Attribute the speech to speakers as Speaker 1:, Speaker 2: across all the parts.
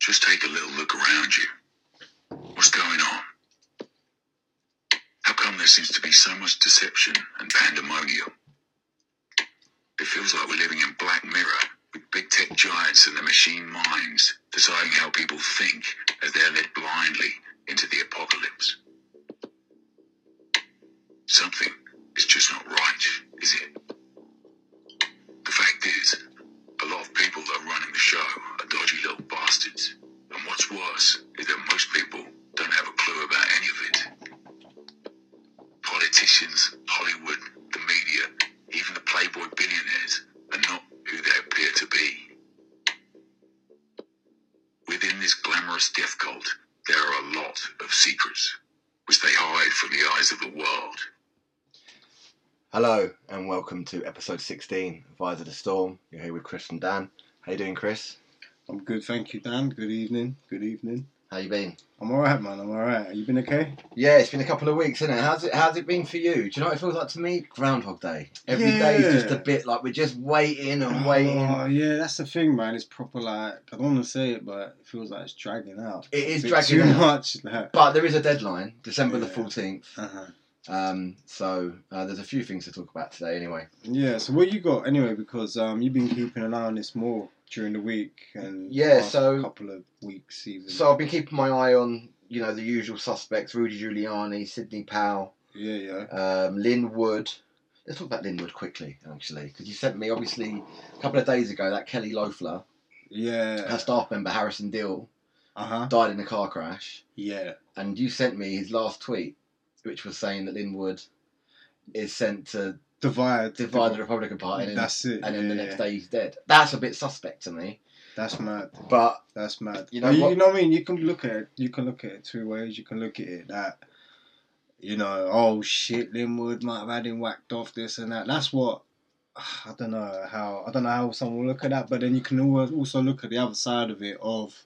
Speaker 1: Just take a little look around you. What's going on? How come there seems to be so much deception and pandemonium? It feels like we're living in Black Mirror, with big tech giants and their machine minds deciding how people think as they're led blindly into the apocalypse. Something is just not right, is it? The fact is, a lot of people that are running the show are dodgy little bastards. And what's worse is that most people don't have a clue about any of it. Politicians, Hollywood, the media, even the Playboy billionaires are not who they appear to be. Within this glamorous death cult, there are a lot of secrets, which they hide from the eyes of the world. Hello, and welcome to episode 16 of Eyes of the Storm. You're here with Chris and Dan. How you doing, Chris?
Speaker 2: I'm good, thank you, Dan. Good evening. Good evening.
Speaker 1: How you been?
Speaker 2: I'm all right, man. I'm all right. You been okay?
Speaker 1: Yeah, it's been a couple of weeks, isn't it? How's it How's it been for you? Do you know what it feels like to me? Groundhog Day. Every day is just a
Speaker 2: Yeah.
Speaker 1: bit like we're just waiting and waiting.
Speaker 2: Oh, yeah, that's the thing, man. It's proper like I don't want to say it, but it feels like it's dragging out.
Speaker 1: It is
Speaker 2: A bit
Speaker 1: dragging
Speaker 2: too
Speaker 1: out.
Speaker 2: much. Like.
Speaker 1: But there is a deadline, December the
Speaker 2: Yeah.
Speaker 1: fourteenth.
Speaker 2: Uh-huh.
Speaker 1: Um, so uh, there's a few things to talk about today, anyway.
Speaker 2: Yeah. So what you got anyway? Because um, you've been keeping an eye on this more during the week and
Speaker 1: Yeah,
Speaker 2: past
Speaker 1: so-
Speaker 2: couple of weeks even.
Speaker 1: So I've been keeping my eye on you know the usual suspects: Rudy Giuliani, Sidney Powell,
Speaker 2: yeah, yeah.
Speaker 1: um, Lynn Wood. Let's talk about Lynn Wood quickly, actually, because you sent me obviously a couple of days ago that Kelly Loeffler, her
Speaker 2: Yeah.
Speaker 1: staff member Harrison Dill,
Speaker 2: Uh huh.
Speaker 1: died in a car crash.
Speaker 2: Yeah.
Speaker 1: and you sent me his last tweet, which was saying that Linwood is sent to
Speaker 2: Divide.
Speaker 1: divide the Republican Party, and, then-
Speaker 2: That's it.
Speaker 1: and then
Speaker 2: yeah,
Speaker 1: the next
Speaker 2: yeah.
Speaker 1: day he's dead. That's a bit suspect to me.
Speaker 2: That's mad.
Speaker 1: But
Speaker 2: That's mad.
Speaker 1: You
Speaker 2: You
Speaker 1: know
Speaker 2: know, you,
Speaker 1: what-
Speaker 2: know what I mean. You can look at it. You can look at it two ways. You can look at it that you know, oh shit, Linwood might have had him whacked off this and that. That's what I don't know how I don't know how someone will look at that. But then you can always also look at the other side of it of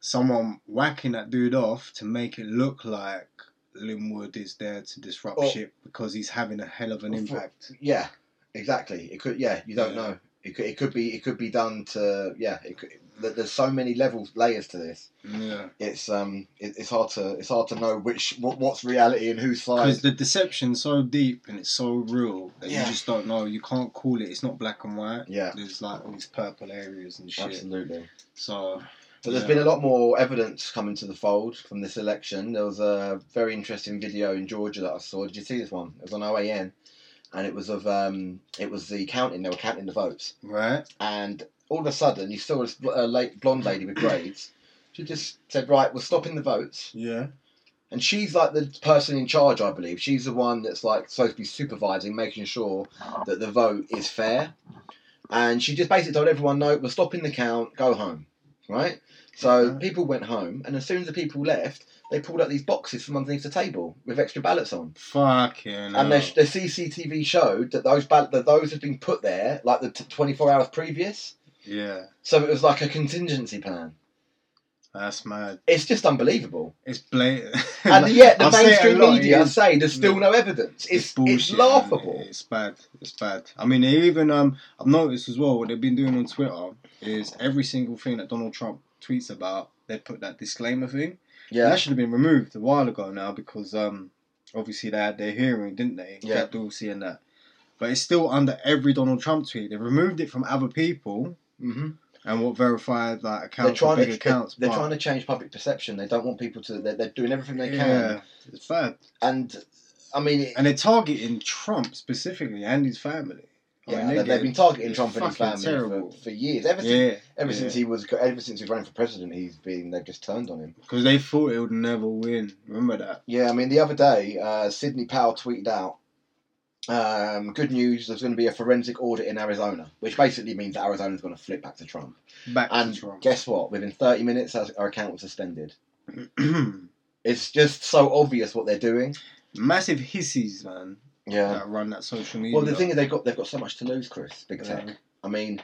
Speaker 2: someone whacking that dude off to make it look like Linwood is there to disrupt
Speaker 1: Or-
Speaker 2: shit because he's having a hell of an
Speaker 1: Or for-
Speaker 2: impact.
Speaker 1: yeah, exactly. It could. Yeah, you don't
Speaker 2: Yeah.
Speaker 1: know. It could. It could be. It could be done to. Yeah. It could, there- there's so many levels, layers to this.
Speaker 2: Yeah,
Speaker 1: It's um. It, it's hard to. It's hard to know which. What, what's reality and whose side.
Speaker 2: because the deception's so deep and it's so real that
Speaker 1: Yeah.
Speaker 2: you just don't know. You can't call it. It's not black and white.
Speaker 1: Yeah.
Speaker 2: There's like all these purple areas and shit.
Speaker 1: Absolutely.
Speaker 2: So
Speaker 1: But there's
Speaker 2: Yeah.
Speaker 1: been a lot more evidence coming to the fold from this election. There was a very interesting video in Georgia that I saw. Did you see this one? It was on OAN, and it was of um, it was the counting. They were counting the votes,
Speaker 2: right,
Speaker 1: and all of a sudden you saw this bl- uh, late blonde lady with braids. She just said, "Right, we're stopping the votes,"
Speaker 2: yeah,
Speaker 1: and she's like the person in charge, I believe. She's the one that's like supposed to be supervising, making sure that the vote is fair. And she just basically told everyone, "No, we're stopping the count. Go home." Right. So
Speaker 2: Mhm.
Speaker 1: people went home, and as soon as the people left, they pulled out these boxes from underneath the table with extra ballots on.
Speaker 2: fucking.
Speaker 1: And the,
Speaker 2: hell.
Speaker 1: the CCTV showed that those ball- that those had been put there like the t- 24 hours previous.
Speaker 2: yeah,
Speaker 1: So it was like a contingency plan.
Speaker 2: that's mad.
Speaker 1: It's just unbelievable.
Speaker 2: It's blatant.
Speaker 1: And yet the
Speaker 2: I say it a
Speaker 1: mainstream
Speaker 2: lot, it
Speaker 1: media
Speaker 2: is-
Speaker 1: say there's still no evidence. It's it's,
Speaker 2: bullshit, man.
Speaker 1: laughable.
Speaker 2: It's bad. It's bad. I mean, they even um, I've noticed as well what they've been doing on Twitter is every single thing that Donald Trump tweets about, they put that disclaimer thing.
Speaker 1: yeah.
Speaker 2: That should have been removed a while ago now because um, obviously they had their hearing, didn't they?
Speaker 1: Yeah.
Speaker 2: Kept all seeing that. But it's still under every Donald Trump tweet. They removed it from other people
Speaker 1: Mm-hmm.
Speaker 2: and what verified like
Speaker 1: They're
Speaker 2: accounts,
Speaker 1: trying
Speaker 2: big
Speaker 1: to
Speaker 2: accounts.
Speaker 1: they're
Speaker 2: but-
Speaker 1: trying to change public perception. They don't want people to. They're, they're doing everything they
Speaker 2: yeah, it's bad.
Speaker 1: can. And I mean, it,
Speaker 2: And they're targeting Trump specifically and his family. I
Speaker 1: yeah,
Speaker 2: mean, they
Speaker 1: they, have
Speaker 2: get-
Speaker 1: been targeting
Speaker 2: it's
Speaker 1: Trump and his
Speaker 2: fucking
Speaker 1: family for,
Speaker 2: terrible.
Speaker 1: for years. Ever since
Speaker 2: Yeah,
Speaker 1: ever
Speaker 2: yeah.
Speaker 1: since he was ever since he ran for president, he's been they've just turned on him.
Speaker 2: because they thought it would never win. Remember that?
Speaker 1: Yeah, I mean, the other day, uh, Sidney Powell tweeted out. Um, good news, there's going to be a forensic audit in Arizona, which basically means that Arizona's going to flip back to Trump.
Speaker 2: Back
Speaker 1: And
Speaker 2: to Trump.
Speaker 1: guess what? Within 30 minutes, our our account was suspended.
Speaker 2: Massive
Speaker 1: It's just so obvious what they're doing.
Speaker 2: hissies, man,
Speaker 1: Yeah.
Speaker 2: that run that social media.
Speaker 1: Well, the thing is, they've got they've got so much to lose, Chris. Big tech.
Speaker 2: Yeah.
Speaker 1: I mean,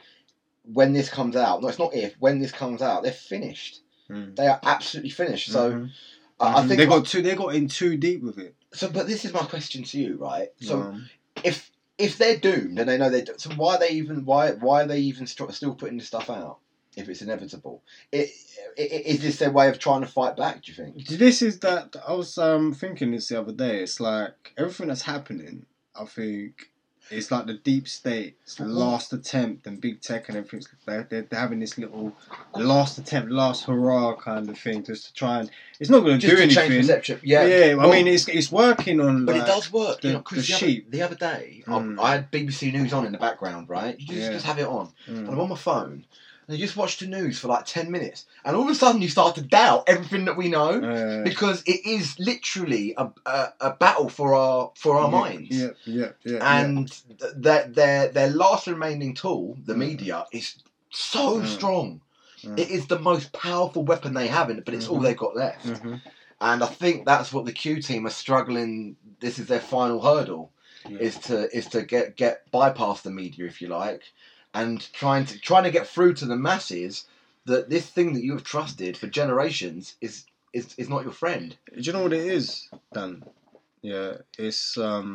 Speaker 1: when this comes out, no, it's not if. When this comes out, they're finished.
Speaker 2: Mm.
Speaker 1: They are absolutely finished. So
Speaker 2: Mhm.
Speaker 1: I, I think
Speaker 2: they got too. They got in too deep with it.
Speaker 1: so. But this is my question to you, right? So
Speaker 2: Um,
Speaker 1: if if they're doomed and they know they're do- so why are they even why why are they even st- still putting this stuff out? if it's inevitable. It, it, it- is this their way of trying to fight back? Do you think?
Speaker 2: This is that I was um, thinking this the other day. It's like everything that's happening. I think it's like the deep state last attempt and big tech and everything. They're, they're, they're having this little last attempt, last hurrah kind of thing, just to try and. It's not going to
Speaker 1: Just
Speaker 2: do
Speaker 1: to change
Speaker 2: anything.
Speaker 1: perception. Yeah,
Speaker 2: I
Speaker 1: Well,
Speaker 2: mean, it's it's working on.
Speaker 1: But
Speaker 2: like-
Speaker 1: it does work. you
Speaker 2: the-
Speaker 1: know, 'cause
Speaker 2: the
Speaker 1: the,
Speaker 2: sheep.
Speaker 1: Other, the other day, I-
Speaker 2: Mm.
Speaker 1: I had BBC News on in the background, right? You just,
Speaker 2: Yeah.
Speaker 1: just have it on. And I'm
Speaker 2: Mm.
Speaker 1: on my phone, and I just watched the news for like 10 minutes. And all of a sudden, you start to doubt everything that we know.
Speaker 2: Uh,
Speaker 1: Because it is literally a, a, a battle for our for our
Speaker 2: yeah,
Speaker 1: minds,
Speaker 2: Yeah, yeah, yeah.
Speaker 1: and th- their their their last remaining tool, the
Speaker 2: Mm.
Speaker 1: media, is so
Speaker 2: Mm.
Speaker 1: strong.
Speaker 2: yeah.
Speaker 1: It is the most powerful weapon they have, in, but it's all
Speaker 2: Mhm.
Speaker 1: they've got left.
Speaker 2: Mhm.
Speaker 1: And I think that's what the Q team are struggling. This is their final hurdle
Speaker 2: Yeah.
Speaker 1: is to is to get get bypass the media, if you like, and trying to trying to get through to the masses that this thing that you have trusted for generations is is, is not your friend.
Speaker 2: Do you know what it is, Dan? Yeah, it's um,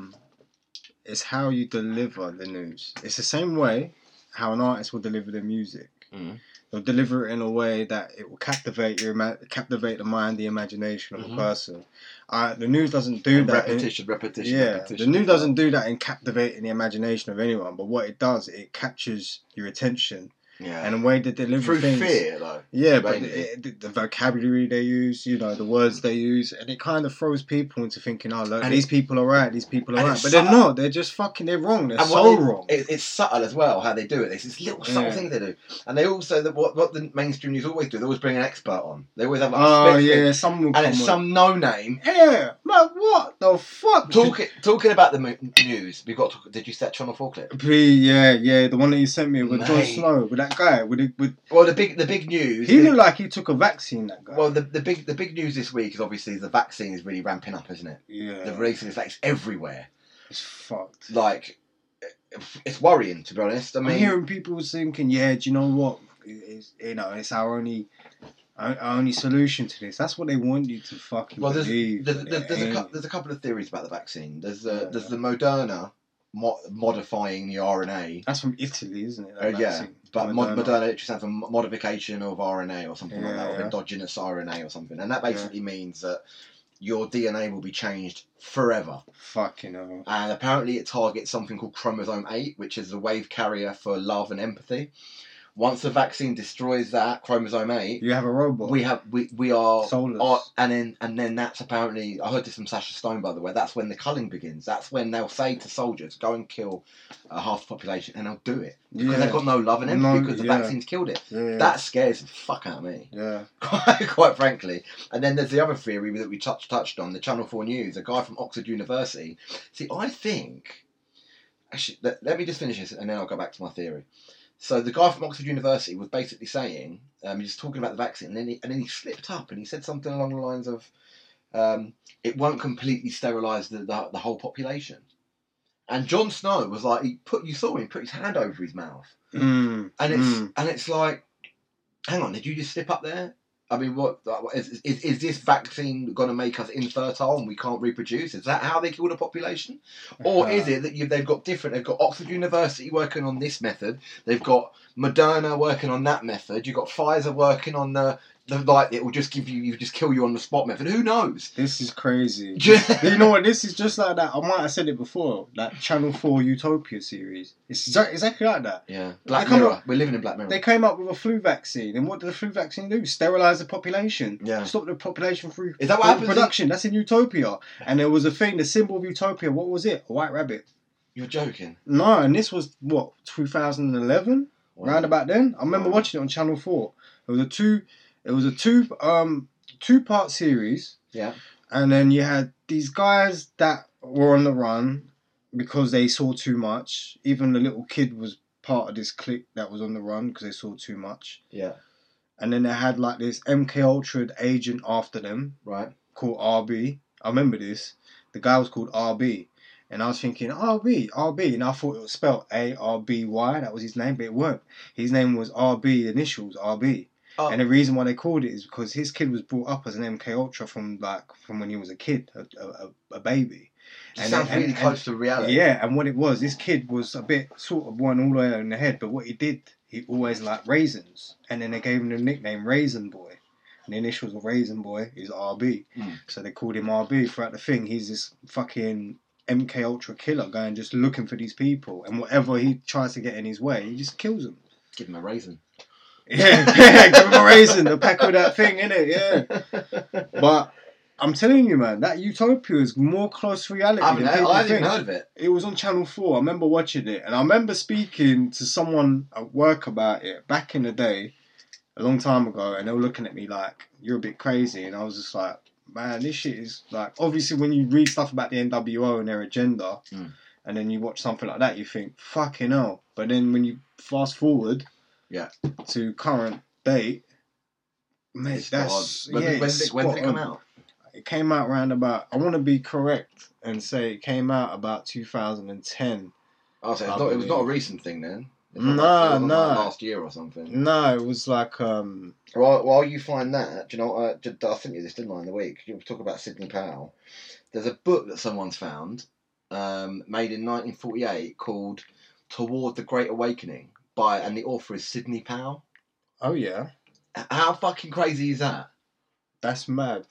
Speaker 2: it's how you deliver the news. It's the same way how an artist will deliver their music.
Speaker 1: Mhm.
Speaker 2: They'll deliver it in a way that it will captivate your ima- captivate the mind, the imagination of
Speaker 1: Mhm.
Speaker 2: a person. Uh, the news doesn't do
Speaker 1: And
Speaker 2: that. in-
Speaker 1: repetition, repetition,
Speaker 2: yeah,
Speaker 1: repetition.
Speaker 2: the news doesn't do that in captivating the imagination of anyone. But what it does, it captures your attention
Speaker 1: Yeah.
Speaker 2: and the way they deliver
Speaker 1: through
Speaker 2: things.
Speaker 1: fear though.
Speaker 2: Yeah, but
Speaker 1: Mainly.
Speaker 2: it, the, the vocabulary they use, you know, the words they use, and it kind of throws people into thinking, oh, look,
Speaker 1: And
Speaker 2: these people are right, these people are
Speaker 1: and
Speaker 2: right.
Speaker 1: it's
Speaker 2: But they're
Speaker 1: subtle.
Speaker 2: not. They're just fucking, they're wrong. They're
Speaker 1: And what
Speaker 2: so
Speaker 1: they-
Speaker 2: wrong.
Speaker 1: It, it's subtle as well how they do it. It's this little subtle
Speaker 2: Yeah.
Speaker 1: thing they do, and they also the, what what the mainstream news always do. They always bring an expert on. They always have like, a
Speaker 2: oh,
Speaker 1: split-
Speaker 2: yeah, someone will
Speaker 1: and
Speaker 2: come
Speaker 1: it's
Speaker 2: on.
Speaker 1: some no name
Speaker 2: Yeah, man, what the fuck?
Speaker 1: Talking talking about the mo- news, we got. To, did you set Channel Four clip?
Speaker 2: P, yeah, yeah, the one that you sent me with Jon
Speaker 1: Mate.
Speaker 2: Snow, with that guy, with, the, with
Speaker 1: Well, the big the big news.
Speaker 2: he looked like he took a vaccine. That guy.
Speaker 1: well, the, the big the big news this week is obviously the vaccine is really ramping up, isn't it?
Speaker 2: yeah,
Speaker 1: The release of it's everywhere.
Speaker 2: it's fucked.
Speaker 1: Like, it's worrying to be honest. I
Speaker 2: I'm
Speaker 1: mean,
Speaker 2: hearing people thinking, yeah, do you know what? It's, you know, it's our only, our, our only solution to this. That's what they want you to fucking
Speaker 1: well, there's
Speaker 2: believe.
Speaker 1: there's,
Speaker 2: but
Speaker 1: there's,
Speaker 2: it
Speaker 1: there's, a,
Speaker 2: ain't.
Speaker 1: cou- there's a couple of theories about the vaccine. There's uh,
Speaker 2: Yeah.
Speaker 1: there's the Moderna mo- modifying the RNA.
Speaker 2: That's from Italy, isn't it?
Speaker 1: Uh,
Speaker 2: That
Speaker 1: yeah,
Speaker 2: vaccine.
Speaker 1: but Moderna,
Speaker 2: Moderna.
Speaker 1: Moderna literally stands for mo- modification of RNA or something like
Speaker 2: Yeah,
Speaker 1: that, or
Speaker 2: yeah.
Speaker 1: endogenous RNA or something, and that
Speaker 2: Yeah.
Speaker 1: basically means that your DNA will be changed forever.
Speaker 2: Fucking hell.
Speaker 1: and apparently it targets something called chromosome 8, which is the wave carrier for love and empathy. Once the vaccine destroys that chromosome 8,
Speaker 2: You have a robot.
Speaker 1: we have we, we are,
Speaker 2: soulless.
Speaker 1: are and then and then that's apparently I heard this from Sasha Stone by the way. That's when the culling begins. That's when they'll say to soldiers, go and kill uh, half the population, and they'll do it
Speaker 2: yeah.
Speaker 1: because they've got no love and empathy
Speaker 2: No,
Speaker 1: because the
Speaker 2: yeah.
Speaker 1: vaccine's killed it.
Speaker 2: yeah.
Speaker 1: That scares the fuck out of me
Speaker 2: yeah.
Speaker 1: quite, quite frankly. And then there's the other theory that we touched touched on the Channel Four News, a guy from Oxford University. See, I think actually, let, let me just finish this, and then I'll go back to my theory. So the guy from Oxford University was basically saying, um, he was talking about the vaccine, and then he, and then he slipped up and he said something along the lines of, um, "It won't completely sterilise the, the the whole population." And Jon Snow was like, he put you saw him put his hand over his mouth
Speaker 2: Mm,
Speaker 1: and it's
Speaker 2: mm.
Speaker 1: and it's like, hang on, did you just slip up there? I mean, what like, what- is, is, is this vaccine going to make us infertile and we can't reproduce? Is that how they kill the population, or
Speaker 2: Uh-huh.
Speaker 1: is it that you, they've got different? They've got Oxford University working on this method. They've got Moderna working on that method. You've got Pfizer working on the, the like it will just give you you just kill you on the spot method. Who knows?
Speaker 2: This is crazy.
Speaker 1: Do
Speaker 2: you know what? This is just like that. I might have said it before. That Channel Four Utopia series. It's exa- exactly like that.
Speaker 1: yeah, Black
Speaker 2: They come
Speaker 1: Mirror.
Speaker 2: up-
Speaker 1: We're living in Black Mirror.
Speaker 2: They came up with a flu vaccine, and what did the flu vaccine do? Sterilize the population.
Speaker 1: Yeah.
Speaker 2: Stop the population through
Speaker 1: Is that what happens in-
Speaker 2: production. That's in Utopia, and there was a thing, the symbol of Utopia. What was it? A white rabbit.
Speaker 1: You're joking.
Speaker 2: No, and this was what 2011, round about then. I remember
Speaker 1: Wow.
Speaker 2: watching it on Channel Four. It was a two, it was a two um two part series,
Speaker 1: Yeah.
Speaker 2: and then you had these guys that were on the run because they saw too much. Even the little kid was part of this clique that was on the run because they saw too much.
Speaker 1: Yeah.
Speaker 2: And then they had like this MK Ultra agent after them
Speaker 1: Right.
Speaker 2: called RB. I remember this. The guy was called RB. And I was thinking, RB, RB. And I thought it was spelled A R B Y. That was his name, but it weren't. His name was RB, initials RB.
Speaker 1: Oh.
Speaker 2: And the reason why they called it is because his kid was brought up as an MK Ultra from like from when he was a kid, a, a, a- a baby. And-
Speaker 1: sounds
Speaker 2: and-
Speaker 1: really
Speaker 2: and-
Speaker 1: close to reality.
Speaker 2: Yeah, and what it was, this kid was a bit sort of one all the way in the head, but what he did, he always liked raisins, and then they gave him the nickname Raisin Boy. And the initials of Raisin Boy is RB,
Speaker 1: Mm.
Speaker 2: so they called him RB throughout the thing. He's this fucking MK Ultra killer going just looking for these people, and whatever he tries to get in his way, he just kills them.
Speaker 1: Give him a raisin.
Speaker 2: Yeah, yeah, give him a raisin, the pack of that thing, innit? Yeah. But I'm telling you, man, that utopia is more close to reality
Speaker 1: I
Speaker 2: than
Speaker 1: haven't, heard-
Speaker 2: people
Speaker 1: I haven't
Speaker 2: think.
Speaker 1: even heard of it.
Speaker 2: It was on Channel 4. I remember watching it, and I remember speaking to someone at work about it back in the day, a long time ago, and they were looking at me like, you're a bit crazy. And I was just like, man, this shit is like, obviously, when you read stuff about the NWO and their agenda,
Speaker 1: Mm.
Speaker 2: and then you watch something like that, you think, fucking hell. But then when you fast forward
Speaker 1: Yeah.
Speaker 2: to current date, mate,
Speaker 1: It's
Speaker 2: that's.
Speaker 1: spot on. When,
Speaker 2: yeah,
Speaker 1: did- when,
Speaker 2: it's
Speaker 1: did- when did it
Speaker 2: spot
Speaker 1: come
Speaker 2: on
Speaker 1: out?
Speaker 2: it came out round about I want to be correct and say it came out about 2010
Speaker 1: Oh, so it's
Speaker 2: I
Speaker 1: not, it was not a
Speaker 2: believe.
Speaker 1: recent thing then. It's
Speaker 2: No,
Speaker 1: not like- it wasn't
Speaker 2: no. Mm.
Speaker 1: like last year or something.
Speaker 2: no it was like um
Speaker 1: While, while you find that, do you know what? I, did- I sent you this, didn't I, in the week? You talk about Sidney Powell. There's a book that someone's found um, made in 1948 called Toward the Great Awakening by, and the author is Sidney Powell.
Speaker 2: oh yeah
Speaker 1: H- How fucking crazy is that?
Speaker 2: that's mad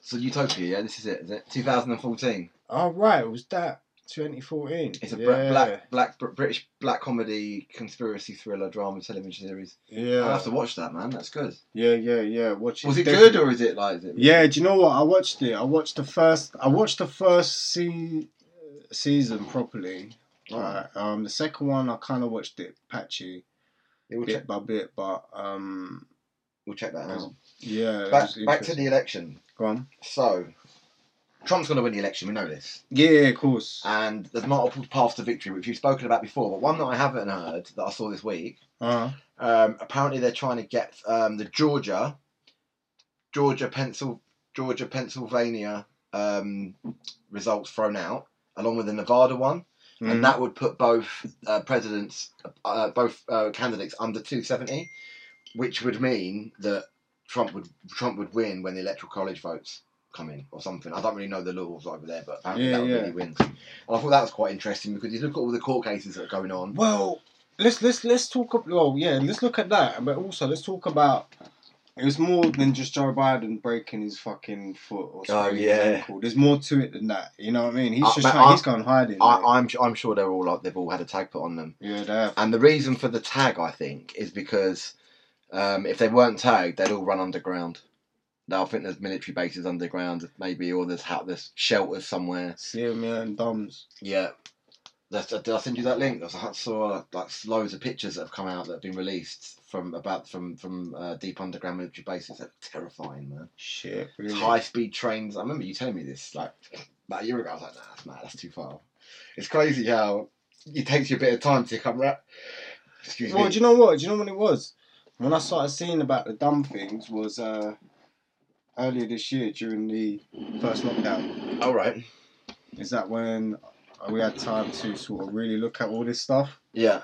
Speaker 1: So Utopia, yeah, this is it, is it? 2014.
Speaker 2: oh right it was that 2014
Speaker 1: It's a br-
Speaker 2: yeah.
Speaker 1: black, black, br- British black comedy conspiracy thriller drama television series. I'll
Speaker 2: yeah
Speaker 1: have to watch that, man. That's good.
Speaker 2: yeah yeah yeah watch
Speaker 1: Was it
Speaker 2: Def-
Speaker 1: good or is it like? Is it
Speaker 2: yeah do you know what I watched it I watched the first I watched the first se- season properly
Speaker 1: Oh,
Speaker 2: right um the second one I kind of watched it patchy
Speaker 1: yeah, we'll, check,
Speaker 2: bit by bit but um
Speaker 1: we'll check that out.
Speaker 2: yeah it
Speaker 1: Back,
Speaker 2: was
Speaker 1: back to
Speaker 2: interesting.
Speaker 1: the election.
Speaker 2: go on
Speaker 1: So, Trump's going to win the election. We know this,
Speaker 2: yeah yeah, of course
Speaker 1: and there's multiple paths to victory, which we've spoken about before. But one that I haven't heard that I saw this week.
Speaker 2: uh
Speaker 1: Um, apparently, they're trying to get um, the Georgia, Georgia, Pencil, Georgia, Pennsylvania um, results thrown out, along with the Nevada one, and that would put both uh, presidents, uh, both uh, candidates, under 270, which would mean that Trump would Trump would win when the electoral college votes come in or something. I don't really know the laws over there, but apparently
Speaker 2: Yeah,
Speaker 1: that would
Speaker 2: yeah.
Speaker 1: really win. And I thought that was quite interesting because you look at all the court cases that are going on.
Speaker 2: Well, let's let's let's talk. ab- Well, yeah, let's look at that, but also let's talk about. It was more than just Joe Biden breaking his fucking foot or spraining his
Speaker 1: Oh, yeah.
Speaker 2: ankle. There's more to it than that. You know what I mean? He's
Speaker 1: Uh,
Speaker 2: just
Speaker 1: but
Speaker 2: trying,
Speaker 1: I-
Speaker 2: he's going hiding.
Speaker 1: I,
Speaker 2: mate.
Speaker 1: I'm I'm sure they're all like they've all had a tag put on them.
Speaker 2: yeah, they have.
Speaker 1: And the reason for the tag, I think, is because um, if they weren't tagged, they'd all run underground. Now I think there's military bases underground, maybe, or there's ha- there's shelters somewhere.
Speaker 2: Syria and Doms.
Speaker 1: Yeah. That's, uh, did I send you that link? I saw- I saw like loads of pictures that have come out that have been released from about from from uh, deep underground military bases. They're terrifying, man.
Speaker 2: Shit, really.
Speaker 1: High speed trains. I remember you telling me this like about a year ago. I was like, nah, that's mad. That's too far. It's crazy how it takes you a bit of time to come wrap. Excuse
Speaker 2: Well,
Speaker 1: me.
Speaker 2: do you know what? Do you know when it was? When I started seeing about the dumb things was uh, earlier this year during the first lockdown.
Speaker 1: All right.
Speaker 2: is that when we had time to sort of really look at all this stuff.
Speaker 1: Yeah.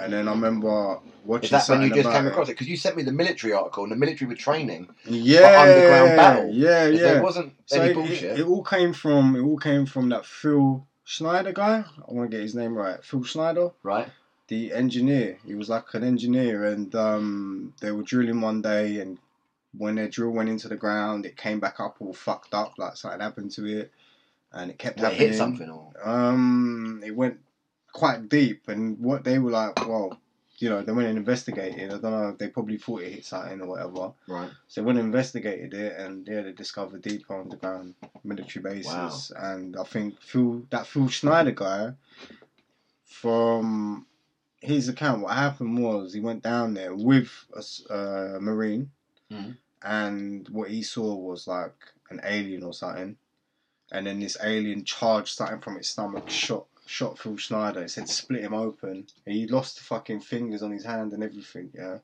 Speaker 2: And then I remember watching
Speaker 1: Is that when you
Speaker 2: something
Speaker 1: just
Speaker 2: about
Speaker 1: came across it? Because you sent me the military article, and the military were training.
Speaker 2: it. Yeah,
Speaker 1: underground battle?
Speaker 2: Yeah,
Speaker 1: If
Speaker 2: yeah.
Speaker 1: There wasn't
Speaker 2: So
Speaker 1: any
Speaker 2: it,
Speaker 1: bullshit.
Speaker 2: it, it all came from it all came from that Phil Schneider guy. I want to get his name right. Phil Schneider,
Speaker 1: right.
Speaker 2: the engineer. He was like an engineer, and um, they were drilling one day, and when their drill went into the ground, it came back up all fucked up, like something happened to it, and it kept
Speaker 1: They
Speaker 2: happening.
Speaker 1: hit something or.
Speaker 2: Um, it went quite deep, and what they were like, well, you know, they went and investigated. I don't know, they probably thought it hit something or whatever.
Speaker 1: Right.
Speaker 2: So they went and investigated it, and yeah, they discovered deep underground military bases. And I think Phil, that Phil Schneider guy, from his account, what happened was he went down there with a s- uh, marine,
Speaker 1: Mhm.
Speaker 2: and what he saw was like an alien or something. And then this alien charged something from its stomach, shot shot Phil Schneider. It said split him open, and he lost the fucking fingers on his hand and everything. Yeah,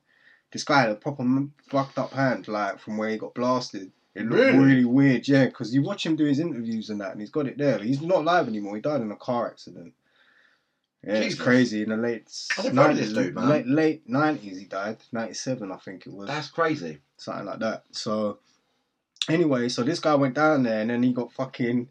Speaker 2: this guy had a proper m- fucked up hand, like from where he got blasted. It looked
Speaker 1: Really?
Speaker 2: really, weird, yeah, because you watch him do his interviews and that, and he's got it there. He's not alive anymore. He died in a car accident. Yeah, it's
Speaker 1: Jesus.
Speaker 2: crazy. In the late
Speaker 1: I never heard of this
Speaker 2: 90s,
Speaker 1: dude, man.
Speaker 2: late late nineties, he died. Ninety seven, I think it was
Speaker 1: That's crazy.
Speaker 2: something like that. So anyway, so this guy went down there and then he got fucking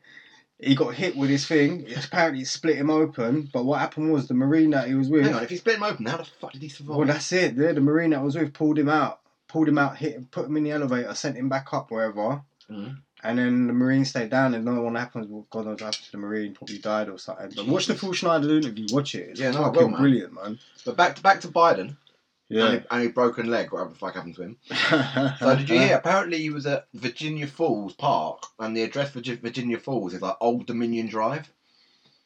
Speaker 2: he got hit with his thing. It apparently split him open. But what happened was the marine that he was with.
Speaker 1: Hang on, if he split him open, how the fuck did he survive?
Speaker 2: Well, that's it. The, the marine that I was with pulled him out, pulled him out, hit him, put him in the elevator, sent him back up wherever.
Speaker 1: Mhm.
Speaker 2: And then the marine stayed down, and no one happens. Well, God knows what happened to the marine. Probably died or something. But watch the full Schneider interview. Watch it. It's
Speaker 1: Yeah, no, I will,
Speaker 2: fucking
Speaker 1: man.
Speaker 2: brilliant, man.
Speaker 1: But back to back to Biden and,
Speaker 2: Yeah.
Speaker 1: his, and his broken leg, whatever the fuck happened to him. So did you
Speaker 2: Uh-huh.
Speaker 1: hear? Apparently he was at Virginia Falls Park, and the address for Gi- Virginia Falls is like Old Dominion Drive.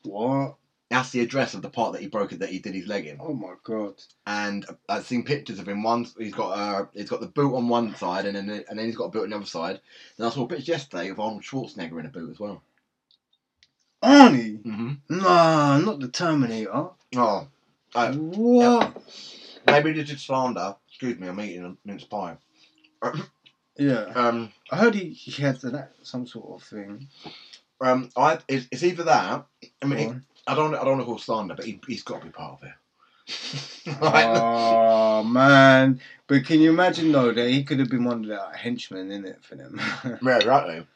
Speaker 2: What?
Speaker 1: That's the address of the part that he broke it that he did his leg in.
Speaker 2: Oh my god.
Speaker 1: And I've seen pictures of him. One, he's got uh, he's got the boot on one side, and then and then he's got a boot on the other side. And I saw a picture yesterday of Arnold Schwarzenegger in a boot as well.
Speaker 2: Arnie?
Speaker 1: Mm-hmm.
Speaker 2: Nah, not the Terminator.
Speaker 1: Oh, Oh,
Speaker 2: What?
Speaker 1: maybe they did slander. Excuse me, I'm eating a mince pie.
Speaker 2: Yeah.
Speaker 1: Um,
Speaker 2: I heard he, he had that, some sort of thing.
Speaker 1: um, I it's, it's either that. I mean,
Speaker 2: Or-
Speaker 1: I don't I don't want to call slander, but he has got to be part of it. Like,
Speaker 2: Oh man! But can you imagine though that he could have been one of the like, henchmen in it for them?
Speaker 1: Yeah, rightly.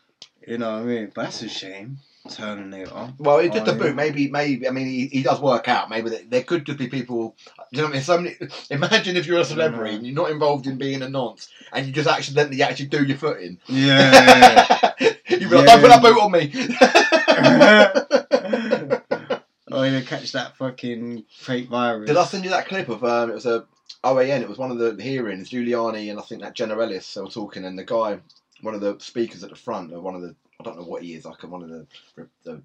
Speaker 2: you know what I mean? But that's a shame. Terminator.
Speaker 1: Well, he did the
Speaker 2: Oh,
Speaker 1: boot.
Speaker 2: yeah.
Speaker 1: Maybe, maybe. I mean, he, he does work out. Maybe there, there could just be people. Do you know what I mean? So many, imagine if you're a celebrity and you're not involved in being a nonce, and you just accidentally actually do your foot in.
Speaker 2: Yeah.
Speaker 1: You'd be like, "Don't put
Speaker 2: Yeah.
Speaker 1: that boot on me."
Speaker 2: oh, you catch that fucking fake virus.
Speaker 1: Did I send you that clip of um, it was a OAN? It was one of the hearings. Giuliani and I think that Generellis they were talking, and the guy, one of the speakers at the front, or one of the I don't know what he is, like one of the the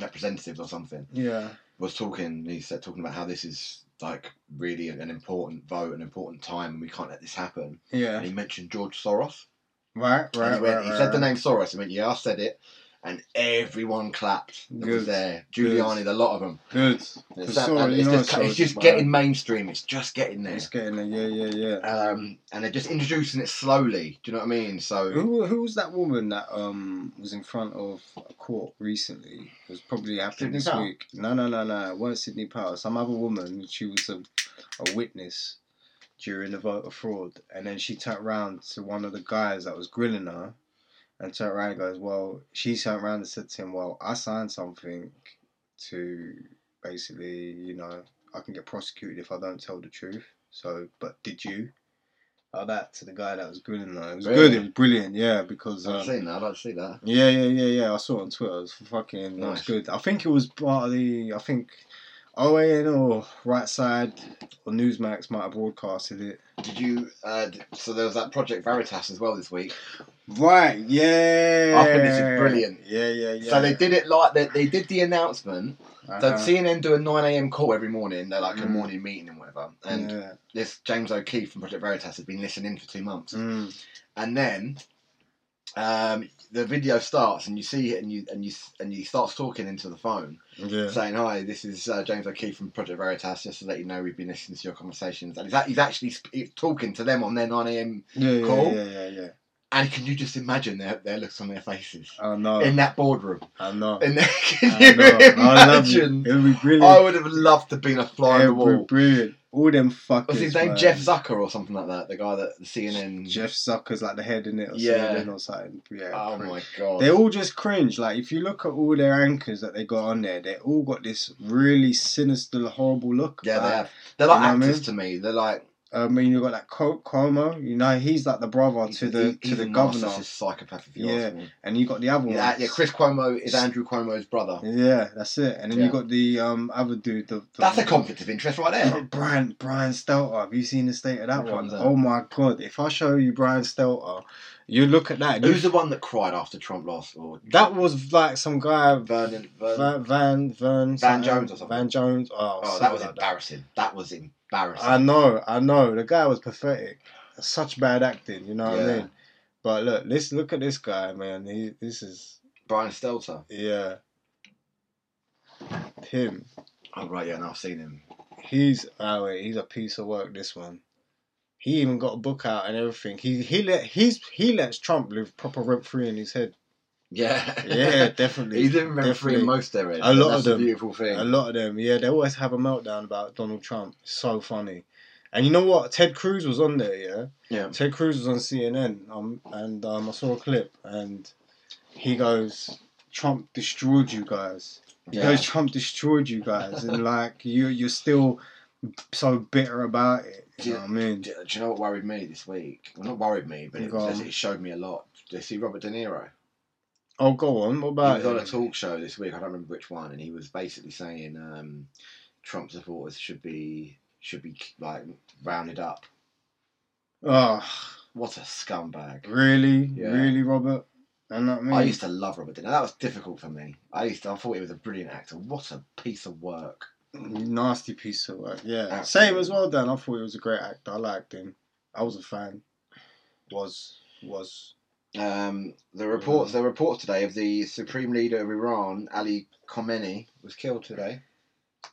Speaker 1: representatives or something,
Speaker 2: Yeah.
Speaker 1: was talking. and He said talking about how this is like really an important vote, an important time, and we can't let this happen. And
Speaker 2: Yeah.
Speaker 1: he mentioned George Soros.
Speaker 2: Right. Right.
Speaker 1: and
Speaker 2: right,
Speaker 1: he, went, he
Speaker 2: right,
Speaker 1: said the
Speaker 2: right.
Speaker 1: name Soros. He went, yeah, I said it. And everyone clapped. That was
Speaker 2: Good.
Speaker 1: there. Giuliani, a lot of them.
Speaker 2: Good.
Speaker 1: It's,
Speaker 2: Because
Speaker 1: that-
Speaker 2: Soros-
Speaker 1: and
Speaker 2: you
Speaker 1: it's
Speaker 2: know
Speaker 1: just,
Speaker 2: Soros
Speaker 1: it's just
Speaker 2: is
Speaker 1: getting mainstream. It's just getting there.
Speaker 2: It's getting there. Yeah. Yeah. Yeah.
Speaker 1: Um, and they're just introducing it slowly. Do you know what I mean? So
Speaker 2: Who, who was that woman that um was in front of a court recently? It was probably happening
Speaker 1: Sidney
Speaker 2: this
Speaker 1: Powell?
Speaker 2: week. No, no, no, no. It weren't Sydney Power. Some other woman. She was a, a witness during the voter fraud, and then she turned round to one of the guys that was grilling her, and turned around and goes, "Well," she turned round and said to him, "Well, I signed something to basically, you know, I can get prosecuted if I don't tell the truth. So, but did you?" Like that to the guy that was grilling her. It was good.
Speaker 1: Really?
Speaker 2: It was brilliant. Yeah, because
Speaker 1: I've
Speaker 2: um,
Speaker 1: seen that. I'd like to see that.
Speaker 2: yeah, yeah, yeah, yeah. I saw it on Twitter. It was fucking. That was
Speaker 1: Nice.
Speaker 2: good. I think it was part of the. I think OAN or Right Side or Newsmax might have broadcasted it.
Speaker 1: Did you? Uh, d- so there was that Project Veritas as well this week.
Speaker 2: Right. Yeah.
Speaker 1: I think this is brilliant.
Speaker 2: Yeah, yeah, yeah.
Speaker 1: So they did it like they, they did the announcement. So
Speaker 2: Uh-huh.
Speaker 1: CNN do a nine a.m. call every morning. They're like a
Speaker 2: Mm.
Speaker 1: morning meeting and whatever. And
Speaker 2: Yeah.
Speaker 1: this James O'Keefe from Project Veritas had been listening in for two months.
Speaker 2: Mm.
Speaker 1: and then um, the video starts and you see it and you and you and you starts talking into the phone
Speaker 2: Yeah.
Speaker 1: saying hi this is uh, James O'Keefe from Project Veritas just to let you know we've been listening to your conversations and he's, act- he's actually sp- he's talking to them on their 9am
Speaker 2: Yeah, yeah,
Speaker 1: Cool.
Speaker 2: yeah, yeah, yeah.
Speaker 1: and can you just imagine their, their looks on their faces
Speaker 2: I know.
Speaker 1: in that boardroom
Speaker 2: I know.
Speaker 1: and then,
Speaker 2: Oh.
Speaker 1: can
Speaker 2: I
Speaker 1: you
Speaker 2: know. I love you.
Speaker 1: imagine
Speaker 2: It would be
Speaker 1: I,
Speaker 2: brilliant.
Speaker 1: would have loved to have been a fly on
Speaker 2: It
Speaker 1: the
Speaker 2: would be
Speaker 1: wall
Speaker 2: brilliant. All them fuckers.
Speaker 1: what's his name
Speaker 2: man.
Speaker 1: Jeff Zucker or something like that the guy that the CNN
Speaker 2: Jeff Zucker's like the head in it or
Speaker 1: Yeah.
Speaker 2: something or something. Yeah.
Speaker 1: oh
Speaker 2: pretty-
Speaker 1: my god
Speaker 2: They're all just cringe. Like if you look at all their anchors that they got on there, they all got this really sinister, horrible look.
Speaker 1: yeah they
Speaker 2: Like,
Speaker 1: have they're like
Speaker 2: You know what I
Speaker 1: actors to me they're like
Speaker 2: I mean, you got that Co- Como. You know, he's like the brother
Speaker 1: He's
Speaker 2: to
Speaker 1: a-
Speaker 2: the
Speaker 1: he-
Speaker 2: to
Speaker 1: he's
Speaker 2: the
Speaker 1: a
Speaker 2: governor,
Speaker 1: narcissist psychopath, if you ask me.
Speaker 2: and you got the other
Speaker 1: Yeah,
Speaker 2: one.
Speaker 1: yeah, Chris Cuomo is Andrew Cuomo's brother.
Speaker 2: Yeah, that's it. And then
Speaker 1: Yeah.
Speaker 2: you got the um other dude. The, the
Speaker 1: That's a conflict of interest right there.
Speaker 2: Brian Brian Stelter. Have you seen the state of that
Speaker 1: Which
Speaker 2: one?
Speaker 1: one's that?
Speaker 2: Oh my god! If I show you Brian Stelter, you look at that. and you-
Speaker 1: Who's the one that cried after Trump lost? Oh, Or
Speaker 2: that was like some guy
Speaker 1: Vernon. Vernon.
Speaker 2: Van Van Van, something.
Speaker 1: Jones or something.
Speaker 2: Van Jones. Oh,
Speaker 1: Oh, that was
Speaker 2: like
Speaker 1: embarrassing. That was embarrassing.
Speaker 2: I know, I know. The guy was pathetic. Such bad acting, you know what
Speaker 1: Yeah.
Speaker 2: I mean? But look, let's look at this guy, man. He this is
Speaker 1: Brian Stelter.
Speaker 2: yeah. Him.
Speaker 1: Oh right, yeah, no, I've seen him.
Speaker 2: He's oh wait, he's a piece of work this one. He even got a book out and everything. He he let he's he lets Trump live proper rent free in his head.
Speaker 1: Yeah,
Speaker 2: Yeah, definitely.
Speaker 1: He's in memory
Speaker 2: Definitely.
Speaker 1: in most areas.
Speaker 2: A lot
Speaker 1: That's
Speaker 2: of
Speaker 1: the
Speaker 2: them.
Speaker 1: beautiful thing.
Speaker 2: A lot of them, yeah, they always have a meltdown about Donald Trump. So funny. And you know what? Ted Cruz was on there, yeah.
Speaker 1: Yeah.
Speaker 2: Ted Cruz was on CNN, um, and um, I saw a clip, and he goes, Trump destroyed you guys.
Speaker 1: Yeah.
Speaker 2: Because Trump destroyed you guys, and like you, you're still so bitter about it. You know what I mean?
Speaker 1: Do, do you know what worried me this week? Well, not worried me, but it,
Speaker 2: Go on.
Speaker 1: it showed me a lot. Did you see Robert De Niro?
Speaker 2: Oh, go on. What
Speaker 1: he
Speaker 2: about
Speaker 1: was on a
Speaker 2: it?
Speaker 1: talk show this week. I don't remember which one, and he was basically saying um, Trump supporters should be should be like rounded up.
Speaker 2: Oh,
Speaker 1: What a scumbag!
Speaker 2: really,
Speaker 1: Yeah.
Speaker 2: really, Robert. And that means
Speaker 1: I used to love Robert De Niro. That was difficult for me. I used to, I thought he was a brilliant actor. What a piece of work!
Speaker 2: nasty piece of work. Yeah,
Speaker 1: Absolutely.
Speaker 2: same as well. Dan, I thought he was a great actor. I liked him. I was a fan. Was was
Speaker 1: Um, the
Speaker 2: Mm-hmm.
Speaker 1: reports the reports today of the supreme leader of Iran, Ali Khamenei, was killed today.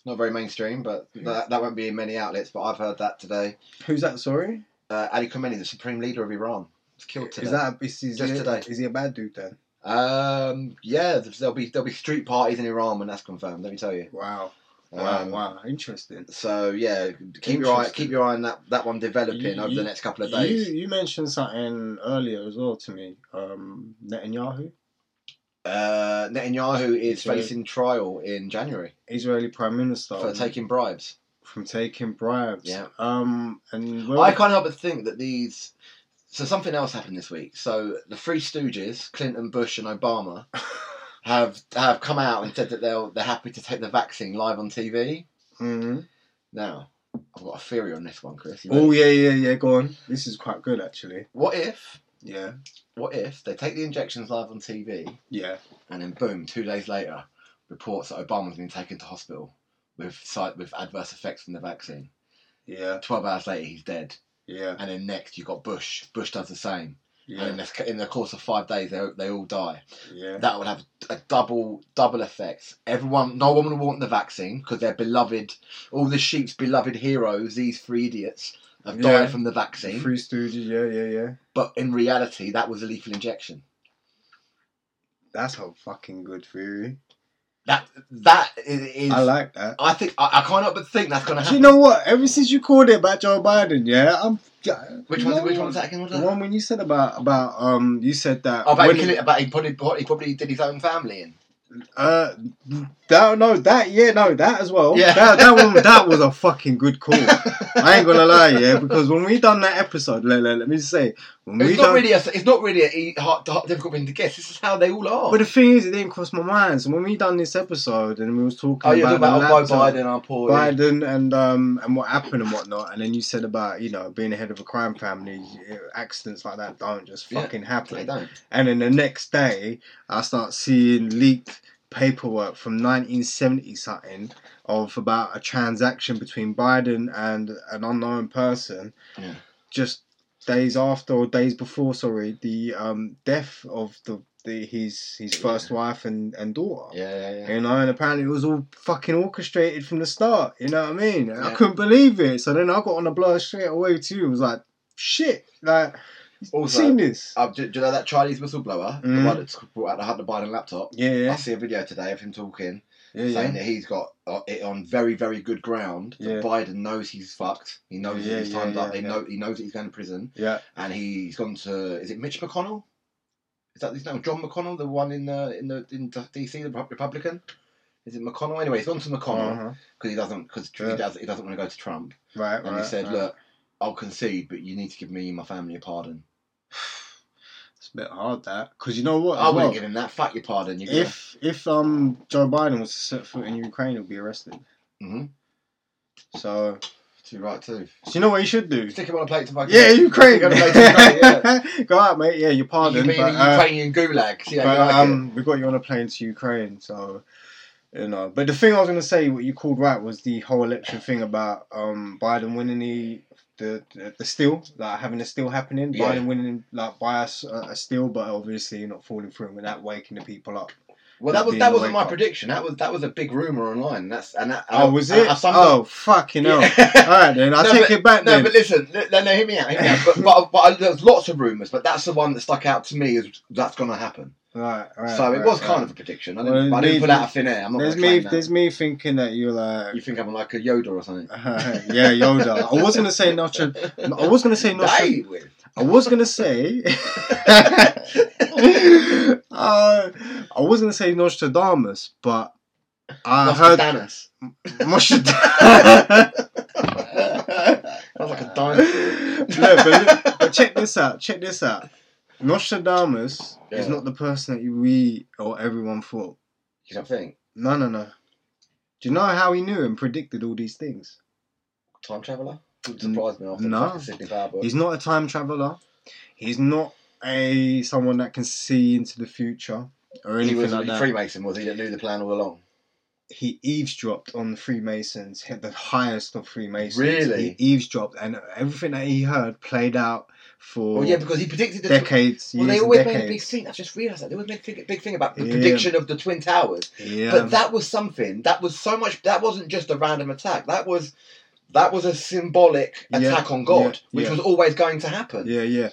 Speaker 1: Not very mainstream, but
Speaker 2: Hmm.
Speaker 1: that, that won't be in many outlets. But I've heard that today.
Speaker 2: who's that? Sorry,
Speaker 1: Uh, Ali Khamenei, the supreme leader of Iran, was killed today.
Speaker 2: is that is, is
Speaker 1: Just
Speaker 2: he,
Speaker 1: today.
Speaker 2: Is he a bad dude then?
Speaker 1: Um, yeah, there'll be there'll be street parties in Iran when that's confirmed. Let me tell you.
Speaker 2: Wow, wow,
Speaker 1: Um,
Speaker 2: wow. Interesting.
Speaker 1: So yeah, keep your eye
Speaker 2: Interesting.
Speaker 1: keep your eye on that, that one developing
Speaker 2: You-
Speaker 1: over the
Speaker 2: you-
Speaker 1: next couple of
Speaker 2: You
Speaker 1: days.
Speaker 2: you mentioned something earlier as well to me. Um, Netanyahu,
Speaker 1: Uh, Netanyahu is
Speaker 2: So-
Speaker 1: facing trial in January
Speaker 2: Israeli Prime Minister,
Speaker 1: for taking bribes.
Speaker 2: from taking bribes.
Speaker 1: Yeah.
Speaker 2: Um, and
Speaker 1: I can't help but think that these. So something else happened this week. So the Three Stooges, Clinton, Bush, and Obama, have have come out and said that they'll they're happy to take the vaccine live on TV.
Speaker 2: hmm
Speaker 1: Now, I've got a theory on this one, Chris. You
Speaker 2: Oh
Speaker 1: ready?
Speaker 2: yeah, yeah, yeah. Go on. This is quite good actually.
Speaker 1: What if?
Speaker 2: Yeah,
Speaker 1: What if they take the injections live on TV?
Speaker 2: yeah.
Speaker 1: And then boom, two days later, reports that Obama's been taken to hospital with si- with adverse effects from the vaccine.
Speaker 2: Yeah,
Speaker 1: Twelve hours later, he's dead.
Speaker 2: yeah,
Speaker 1: And then next, you've got Bush. Bush does the same. And
Speaker 2: yeah,
Speaker 1: in the, in the course of five days, they, they all die.
Speaker 2: yeah,
Speaker 1: That would have a double double effect. Everyone, no one would want the vaccine because their beloved, all the sheep's beloved heroes, these three idiots, have died
Speaker 2: Yeah.
Speaker 1: from the vaccine.
Speaker 2: Free Stooges, yeah, yeah, yeah.
Speaker 1: But in reality, that was a lethal injection.
Speaker 2: That's a fucking good theory.
Speaker 1: That that i- is.
Speaker 2: I like that.
Speaker 1: I think I, I can't help but think that's going to
Speaker 2: Do
Speaker 1: happen.
Speaker 2: you know what? Ever since you called it about Joe Biden, yeah, I'm.
Speaker 1: Which
Speaker 2: No.
Speaker 1: one? Which one's that again? What was
Speaker 2: The
Speaker 1: that?
Speaker 2: one when you said about about um, you said that.
Speaker 1: Oh, about
Speaker 2: when-
Speaker 1: he, killed it, about he probably he probably did his own family in.
Speaker 2: Uh, that no, that yeah, no, that as well.
Speaker 1: Yeah.
Speaker 2: that that one, that was a fucking good call. I ain't gonna lie, yeah, because when we done that episode, let, let, let me just say, when we
Speaker 1: It's
Speaker 2: done,
Speaker 1: not really a, it's not really a e- hard, hard, difficult thing to guess. This is how they all are.
Speaker 2: but the thing is, it didn't cross my mind. So when we done this episode and we was talking
Speaker 1: oh, you're
Speaker 2: about,
Speaker 1: talking about
Speaker 2: the
Speaker 1: oh,
Speaker 2: laptop-
Speaker 1: Biden, our poor.
Speaker 2: Biden and um and what happened and whatnot, and then you said about you know being the head of a crime family, eh, accidents like that don't just
Speaker 1: Yeah.
Speaker 2: fucking
Speaker 1: They
Speaker 2: happen.
Speaker 1: don't.
Speaker 2: And then the next day, I start seeing leaked paperwork from 1970 something of about a transaction between Biden and an unknown person.
Speaker 1: Yeah.
Speaker 2: Just days after or days before, sorry, the um death of the, the his his first wife and and daughter.
Speaker 1: Yeah, yeah, yeah.
Speaker 2: You know, and apparently it was all fucking orchestrated from the start. You know what I mean? And I
Speaker 1: Yeah.
Speaker 2: couldn't believe it. So then I got on the blur straight away too. It was like, shit, like, you
Speaker 1: Also-
Speaker 2: seen this?
Speaker 1: Uh, do, do you know that Chinese whistleblower, the
Speaker 2: Mm.
Speaker 1: one that's brought out the, had the Biden laptop? I
Speaker 2: yeah,
Speaker 1: see a video today of him talking,
Speaker 2: yeah,
Speaker 1: saying
Speaker 2: yeah.
Speaker 1: that he's got uh, it on very, very good ground. That
Speaker 2: Yeah.
Speaker 1: Biden knows he's fucked. He knows
Speaker 2: Yeah,
Speaker 1: that his
Speaker 2: yeah,
Speaker 1: time's up.
Speaker 2: yeah,
Speaker 1: He,
Speaker 2: yeah.
Speaker 1: know, he knows that he's going to prison.
Speaker 2: Yeah,
Speaker 1: and he's gone to is it Mitch McConnell? Is that his name? John McConnell, the one in the in the in DC, the Rep- Republican. Is it McConnell? Anyway, he's gone to McConnell
Speaker 2: uh-huh.
Speaker 1: because he doesn't because
Speaker 2: Yeah.
Speaker 1: he, does, he doesn't want to go to Trump,
Speaker 2: right,
Speaker 1: and
Speaker 2: right,
Speaker 1: he said,
Speaker 2: right.
Speaker 1: "Look, I'll concede, but you need to give me and my family a pardon."
Speaker 2: it's a bit hard that because you know what?
Speaker 1: I
Speaker 2: as well,
Speaker 1: wouldn't give him that. Fuck your pardon. You if
Speaker 2: if if um Joe Biden was to set foot in Ukraine, he'll be arrested.
Speaker 1: Mhm.
Speaker 2: So,
Speaker 1: too right too.
Speaker 2: so you know what you should do?
Speaker 1: Stick him on a plate to fucking
Speaker 2: Yeah, Ukraine.
Speaker 1: Stick him on a plate to Ukraine, yeah.
Speaker 2: Go out, mate. Yeah, you're
Speaker 1: You
Speaker 2: pardoned.
Speaker 1: mean
Speaker 2: but,
Speaker 1: a
Speaker 2: uh,
Speaker 1: Ukrainian gulag? See how you
Speaker 2: but
Speaker 1: like it.
Speaker 2: um, we got you on a plane to Ukraine, so you know. But the thing I was gonna say, what you called right, was the whole election thing about um Biden winning the the the, the steal, like having a steal happening.
Speaker 1: Yeah.
Speaker 2: Biden winning like by us uh, a, a steal, but obviously not falling through and that waking the people up.
Speaker 1: Well,
Speaker 2: that
Speaker 1: that was
Speaker 2: being
Speaker 1: that
Speaker 2: the
Speaker 1: wasn't my
Speaker 2: wake-up.
Speaker 1: prediction. That was that was a big rumor online. and That's and that,
Speaker 2: oh,
Speaker 1: I-
Speaker 2: was
Speaker 1: I-
Speaker 2: it?
Speaker 1: I summed up-
Speaker 2: oh, fucking hell! All right, then I
Speaker 1: No,
Speaker 2: will take it back.
Speaker 1: No,
Speaker 2: then
Speaker 1: but listen, li- no, no, hear me out. Hear me out. But, but, but there's lots of rumours, but that's the one that stuck out to me is that's going to happen.
Speaker 2: right, right,
Speaker 1: so it
Speaker 2: right,
Speaker 1: was
Speaker 2: right.
Speaker 1: kind of a prediction. I didn't,
Speaker 2: Well,
Speaker 1: I didn't
Speaker 2: me-
Speaker 1: pull out of thin air. I'm not
Speaker 2: There's
Speaker 1: going
Speaker 2: me.
Speaker 1: to claim
Speaker 2: There's
Speaker 1: that.
Speaker 2: me thinking that you're like.
Speaker 1: You think I'm like a Yoda or something?
Speaker 2: yeah, Yoda. I was gonna say Notre. I was gonna say Notre.
Speaker 1: Hey, with-
Speaker 2: I was gonna say. uh, I was gonna say Nostradamus, but I heard
Speaker 1: Nostradamus.
Speaker 2: Nostradamus.
Speaker 1: Sounds like a dinosaur.
Speaker 2: no, but, look- but check this out. Check this out. Nostradamus
Speaker 1: Yeah.
Speaker 2: is not the person that we or everyone thought.
Speaker 1: You don't think
Speaker 2: No, no, no. Do you know how he knew and predicted all these things?
Speaker 1: time traveler? Wouldn't surprise me after
Speaker 2: No.
Speaker 1: the fucking Sydney Power book.
Speaker 2: He's not a time traveler. He's not a someone that can see into the future or
Speaker 1: He
Speaker 2: anything
Speaker 1: was a
Speaker 2: like that.
Speaker 1: Freemason, was he? That knew the plan all along.
Speaker 2: he eavesdropped on the Freemasons, hit the highest of Freemasons.
Speaker 1: Really?
Speaker 2: He eavesdropped, and everything that he heard played out for
Speaker 1: Well, yeah, because he predicted the.
Speaker 2: decades.
Speaker 1: well, they
Speaker 2: years and
Speaker 1: always made a big
Speaker 2: decades.
Speaker 1: thing. I've just realised that they always made a big- big thing about the
Speaker 2: Yeah.
Speaker 1: prediction of the Twin Towers.
Speaker 2: yeah.
Speaker 1: But that was something. That was so much. That wasn't just a random attack. That was that was a symbolic
Speaker 2: Yeah,
Speaker 1: attack on God,
Speaker 2: yeah,
Speaker 1: which
Speaker 2: yeah.
Speaker 1: was always going to happen.
Speaker 2: Yeah, yeah.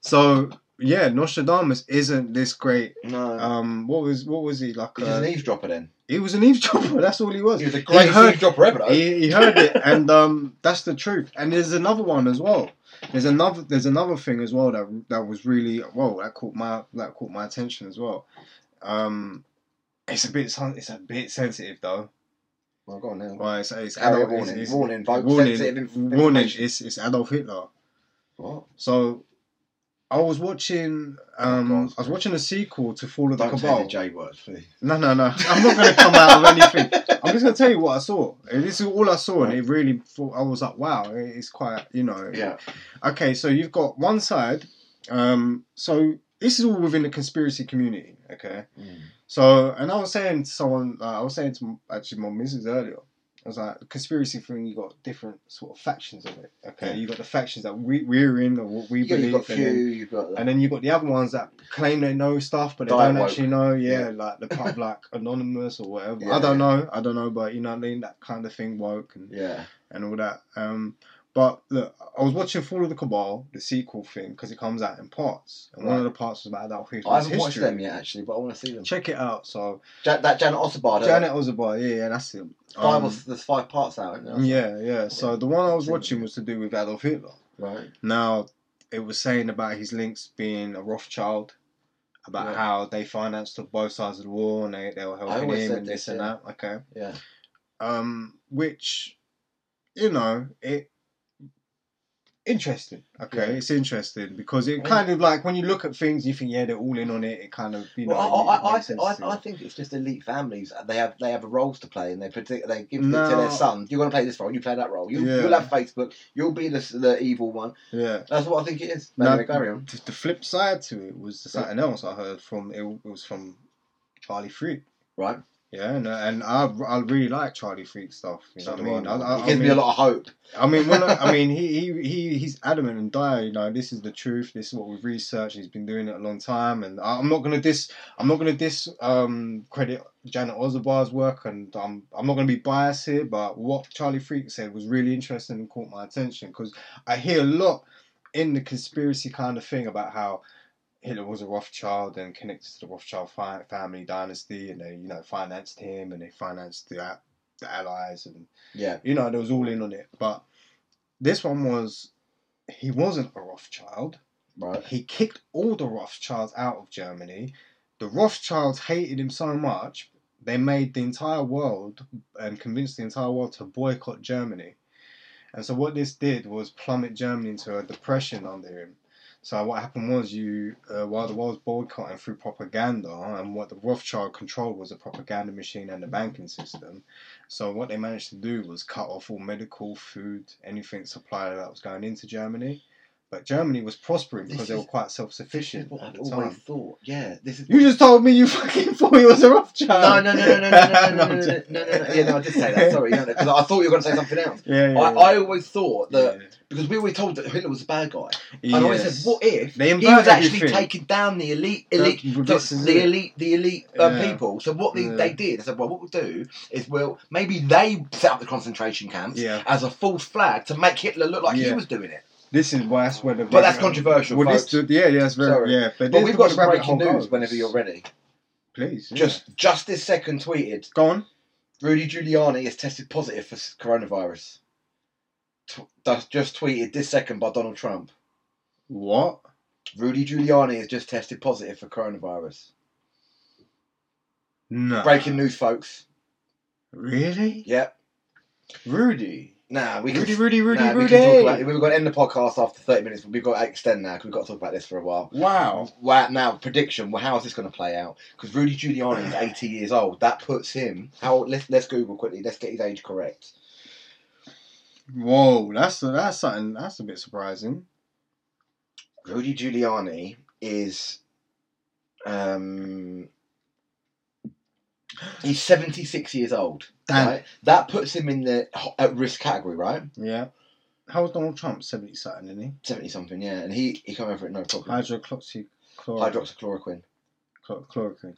Speaker 2: So yeah, Nostradamus isn't this great.
Speaker 1: No,
Speaker 2: Um, what was what was he like?
Speaker 1: he was an
Speaker 2: Uh,
Speaker 1: eavesdropper. Then
Speaker 2: he was an eavesdropper. That's all he was.
Speaker 1: he was the greatest
Speaker 2: heard-
Speaker 1: eavesdropper ever. Though.
Speaker 2: He, he heard it, and um, that's the truth. And there's another one as well. There's another there's another thing as well that that was really whoa that caught my that caught my attention as well. Um, it's a bit sen- it's a bit sensitive though.
Speaker 1: well, go on now.
Speaker 2: Well, it's, it's
Speaker 1: Carry a
Speaker 2: adult,
Speaker 1: warning.
Speaker 2: it's- it's-
Speaker 1: warning. Vote
Speaker 2: warning,
Speaker 1: sensitive inf-
Speaker 2: warning.
Speaker 1: information.
Speaker 2: It's it's Adolf Hitler.
Speaker 1: What?
Speaker 2: So I was watching um
Speaker 1: Oh, God.
Speaker 2: I was watching a sequel to Fall of the
Speaker 1: Don't say
Speaker 2: Cabal.
Speaker 1: the J word, please.
Speaker 2: no, no, no. I'm not gonna come out of anything. I'm just gonna tell you what I saw. And This is all I saw and it really thought I was like, wow, it's quite you know
Speaker 1: Yeah.
Speaker 2: Okay, so you've got one side, um so this is all within the conspiracy community, okay? So, and I was saying to someone, uh, I was saying to actually my missus earlier, I was like, conspiracy thing, you got different sort of factions of it. Okay,
Speaker 1: Yeah.
Speaker 2: you got the factions that we, we're in or what we
Speaker 1: You
Speaker 2: believe,
Speaker 1: have got
Speaker 2: and,
Speaker 1: Pew.
Speaker 2: then,
Speaker 1: You've got. the-
Speaker 2: and then you got the other ones that claim they know stuff, but they
Speaker 1: Diet
Speaker 2: don't
Speaker 1: woke.
Speaker 2: actually know. Yeah, like the pub, like anonymous or whatever.
Speaker 1: Yeah,
Speaker 2: I don't know, I don't know, but you know what I mean, that kind of thing, woke and
Speaker 1: yeah.
Speaker 2: and all that. Um, but look, I was watching Fall of the Cabal, the sequel thing, because it comes out in parts, and one of the parts was about Adolf
Speaker 1: I
Speaker 2: Hitler's
Speaker 1: haven't watched
Speaker 2: history.
Speaker 1: them yet, actually, but I want to see them.
Speaker 2: Check it out. So.
Speaker 1: Ja- that Janet Osabard.
Speaker 2: Janet was a boy, yeah, yeah, that's him.
Speaker 1: Five
Speaker 2: Um,
Speaker 1: or, there's five parts out. isn't there?
Speaker 2: yeah, yeah. So the one I was watching was to do with Adolf Hitler.
Speaker 1: Right.
Speaker 2: Now, it was saying about his links being a Rothschild, about
Speaker 1: Yeah.
Speaker 2: how they financed the both sides of the war and they, they were helping
Speaker 1: always
Speaker 2: him
Speaker 1: said
Speaker 2: and
Speaker 1: this,
Speaker 2: this and
Speaker 1: yeah.
Speaker 2: that. Okay.
Speaker 1: Yeah.
Speaker 2: Um, which, you know, it interesting. Okay,
Speaker 1: Yeah.
Speaker 2: it's interesting because it
Speaker 1: Yeah.
Speaker 2: kind of like when you look at things, you think yeah, they're all in on it. It kind of you know.
Speaker 1: well, I,
Speaker 2: it
Speaker 1: I, I,
Speaker 2: makes sense to
Speaker 1: I,
Speaker 2: you.
Speaker 1: I, I think it's just elite families. They have they have roles to play, and they predict, they give it to
Speaker 2: No.
Speaker 1: their son. You're going to play this role. You play that role. You,
Speaker 2: Yeah.
Speaker 1: You'll have Facebook. You'll be the, the evil one.
Speaker 2: yeah.
Speaker 1: That's what I think it is.
Speaker 2: No.
Speaker 1: Anyway, carry on.
Speaker 2: the, the flip side to it was something else I heard from it, was from Charlie Freak.
Speaker 1: Right.
Speaker 2: Yeah, and, and I I really like Charlie Freak stuff. You know
Speaker 1: So
Speaker 2: what I
Speaker 1: do I,
Speaker 2: mean? I,
Speaker 1: man.
Speaker 2: I,
Speaker 1: it
Speaker 2: I
Speaker 1: gives
Speaker 2: mean,
Speaker 1: me a lot of hope.
Speaker 2: I mean, when I, I mean, he, he he he's adamant and dire. You know, this is the truth. This is what we've researched. He's been doing it a long time, and I- I'm not gonna dis I'm not gonna dis um credit Janet Ozabar's work, and I'm I'm not gonna be biased here, but what Charlie Freak said was really interesting and caught my attention because I hear a lot in the conspiracy kind of thing about how. Hitler was a Rothschild and connected to the Rothschild fi- family dynasty, and they, you know, financed him and they financed the, Al- the Allies and
Speaker 1: Yeah.
Speaker 2: you know, there was all in on it. But this one was he wasn't a Rothschild.
Speaker 1: Right.
Speaker 2: He kicked all the Rothschilds out of Germany. The Rothschilds hated him so much they made the entire world and convinced the entire world to boycott Germany. And so what this did was plummet Germany into a depression under him. So what happened was you, uh, while the world was boycotting through propaganda, and what the Rothschild controlled was the propaganda machine and the banking system. So what they managed to do was cut off all medical, food, anything supply that was going into Germany. But Germany was prospering
Speaker 1: This
Speaker 2: because they
Speaker 1: is-
Speaker 2: were quite
Speaker 1: This is
Speaker 2: self-sufficient
Speaker 1: what
Speaker 2: at
Speaker 1: I've
Speaker 2: the
Speaker 1: always
Speaker 2: time.
Speaker 1: thought. Yeah. This is.
Speaker 2: You just told me you fucking thought he was a
Speaker 1: No,
Speaker 2: Rothschild.
Speaker 1: no, no, no, no, no, no, no, no,
Speaker 2: I'm
Speaker 1: no, no,
Speaker 2: joking.
Speaker 1: no, no, no. Yeah, no, I did say that. Sorry, because I thought you were going to say something else.
Speaker 2: Yeah, yeah,
Speaker 1: I,
Speaker 2: yeah.
Speaker 1: I always thought that because we were told that Hitler was a bad guy, and I always
Speaker 2: Yes.
Speaker 1: said, "What if
Speaker 2: They
Speaker 1: he was
Speaker 2: inverted
Speaker 1: actually
Speaker 2: everything.
Speaker 1: taking down the elite,
Speaker 2: That-
Speaker 1: elite, the,
Speaker 2: this is
Speaker 1: the
Speaker 2: it.
Speaker 1: elite, the elite um,
Speaker 2: Yeah.
Speaker 1: people. So what they,
Speaker 2: Yeah.
Speaker 1: they did, they said, well, what we'll do is we'll maybe they set up the concentration camps
Speaker 2: Yeah.
Speaker 1: as a false flag to make Hitler look like he
Speaker 2: Yeah.
Speaker 1: was doing it.
Speaker 2: This is why that's where the
Speaker 1: But that's controversial,
Speaker 2: Well, this,
Speaker 1: folks.
Speaker 2: yeah, yeah, that's very
Speaker 1: Sorry.
Speaker 2: yeah.
Speaker 1: But
Speaker 2: But, this
Speaker 1: we've
Speaker 2: is
Speaker 1: got
Speaker 2: where
Speaker 1: some
Speaker 2: the rabbit
Speaker 1: breaking
Speaker 2: hole
Speaker 1: news
Speaker 2: goes.
Speaker 1: whenever you're ready.
Speaker 2: Please, yeah.
Speaker 1: Just just this second tweeted:
Speaker 2: go on.
Speaker 1: Rudy Giuliani is tested positive for s- coronavirus. Tw- that's just tweeted this second by Donald Trump.
Speaker 2: What?
Speaker 1: Rudy Giuliani has just tested positive for coronavirus.
Speaker 2: No.
Speaker 1: Breaking news, folks.
Speaker 2: Really?
Speaker 1: Yep.
Speaker 2: Rudy.
Speaker 1: Nah, we can.
Speaker 2: Rudy, Rudy, Rudy,
Speaker 1: nah, we
Speaker 2: Rudy.
Speaker 1: can talk about it. We've got to end the podcast after 30 minutes, but we've got to extend now because we've got to talk about this for a while.
Speaker 2: wow.
Speaker 1: Right now, prediction. Well, how is this going to play out? Because Rudy Giuliani is 80 years old. That puts him. How? Let's let's Google quickly. Let's get his age correct.
Speaker 2: Whoa, that's that's something that's a bit surprising.
Speaker 1: Rudy Giuliani is. Um. He's 76 years old.
Speaker 2: Damn.
Speaker 1: Right? That puts him in the ho- at risk category, right?
Speaker 2: Yeah. How was Donald Trump? Seventy something, isn't he?
Speaker 1: 70 something, yeah. And he, he came over it, no problem.
Speaker 2: Hydroxychloroquine.
Speaker 1: Hydroxychloroquine.
Speaker 2: Chlor- chloroquine.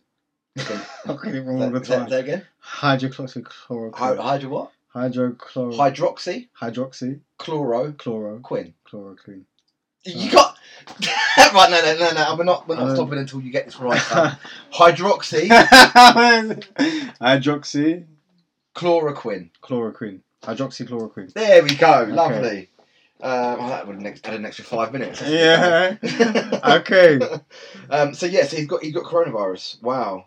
Speaker 1: Okay.
Speaker 2: I get it wrong all
Speaker 1: Say
Speaker 2: the
Speaker 1: say-
Speaker 2: time.
Speaker 1: say again. Hy-
Speaker 2: Hydroxychloroquine.
Speaker 1: Hydro what?
Speaker 2: Hydrochlor.
Speaker 1: Hydroxy,
Speaker 2: Hydroxy.
Speaker 1: chloro,
Speaker 2: Chloro.
Speaker 1: quin.
Speaker 2: Chloroquine.
Speaker 1: You
Speaker 2: Right.
Speaker 1: got right? No, no, no, no. We're not, we're not
Speaker 2: Um,
Speaker 1: stopping until you get this right. son. Hydroxy,
Speaker 2: Hydroxy.
Speaker 1: chloroquine.
Speaker 2: Chloroquine. Hydroxychloroquine.
Speaker 1: There we go.
Speaker 2: Okay.
Speaker 1: Lovely. Uh, well, that would have next, added an extra five minutes.
Speaker 2: Yeah. okay.
Speaker 1: um, so yes, he's got he got coronavirus. Wow.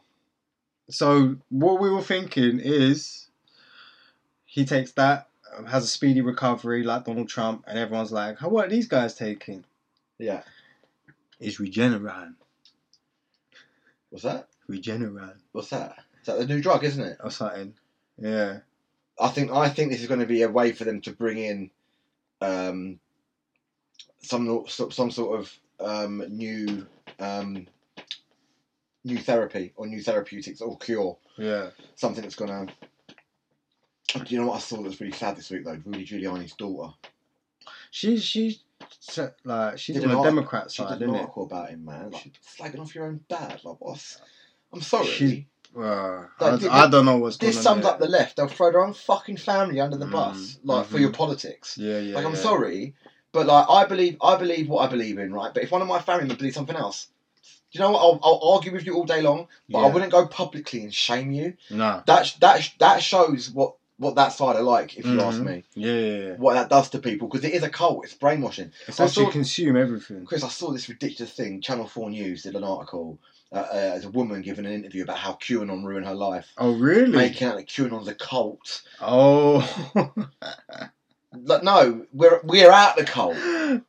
Speaker 2: So what we were thinking is he takes that, um, has a speedy recovery like Donald Trump, and everyone's like, "How what are these guys taking?
Speaker 1: Yeah.
Speaker 2: Is Regeneron.
Speaker 1: What's that?
Speaker 2: Regeneron
Speaker 1: What's that? Is that the new drug, isn't it?
Speaker 2: or something. Yeah.
Speaker 1: I think I think this is going to be a way for them to bring in um, some some sort of um, new um, new therapy or new therapeutics or cure.
Speaker 2: Yeah.
Speaker 1: Something that's going to. Do you know what I saw that was really sad this week though? Rudy Giuliani's daughter.
Speaker 2: She she said, like she's
Speaker 1: Did
Speaker 2: on
Speaker 1: an
Speaker 2: the
Speaker 1: article-
Speaker 2: Democrat
Speaker 1: She
Speaker 2: side,
Speaker 1: did an
Speaker 2: isn't it?
Speaker 1: article about him, man. Like,
Speaker 2: She-
Speaker 1: slagging off your own dad, like what? I'm sorry.
Speaker 2: She's- Uh,
Speaker 1: Like,
Speaker 2: I,
Speaker 1: th-
Speaker 2: I don't know what's going on.
Speaker 1: this sums
Speaker 2: there.
Speaker 1: up the left. They'll throw their own fucking family under the bus,
Speaker 2: Mm,
Speaker 1: like for
Speaker 2: mhm.
Speaker 1: your politics.
Speaker 2: Yeah, yeah.
Speaker 1: like I'm
Speaker 2: yeah.
Speaker 1: sorry, but like I believe I believe what I believe in, right? But if one of my family members believes something else, do you know what? I'll, I'll argue with you all day long, but I
Speaker 2: Yeah.
Speaker 1: wouldn't go publicly and shame you.
Speaker 2: Nah.
Speaker 1: That sh- that sh- that shows what what that side are like, if you ask
Speaker 2: Mhm.
Speaker 1: me.
Speaker 2: Yeah, yeah, yeah.
Speaker 1: What that does to people because it is a cult. It's brainwashing.
Speaker 2: Essentially,
Speaker 1: saw-
Speaker 2: consume everything.
Speaker 1: Chris, I saw this ridiculous thing. Channel Four News did an article. Uh, uh, as a woman giving an interview about how QAnon ruined her life,
Speaker 2: Oh, really?
Speaker 1: making out that QAnon's a cult.
Speaker 2: oh.
Speaker 1: Like, no, we're we're out the cult.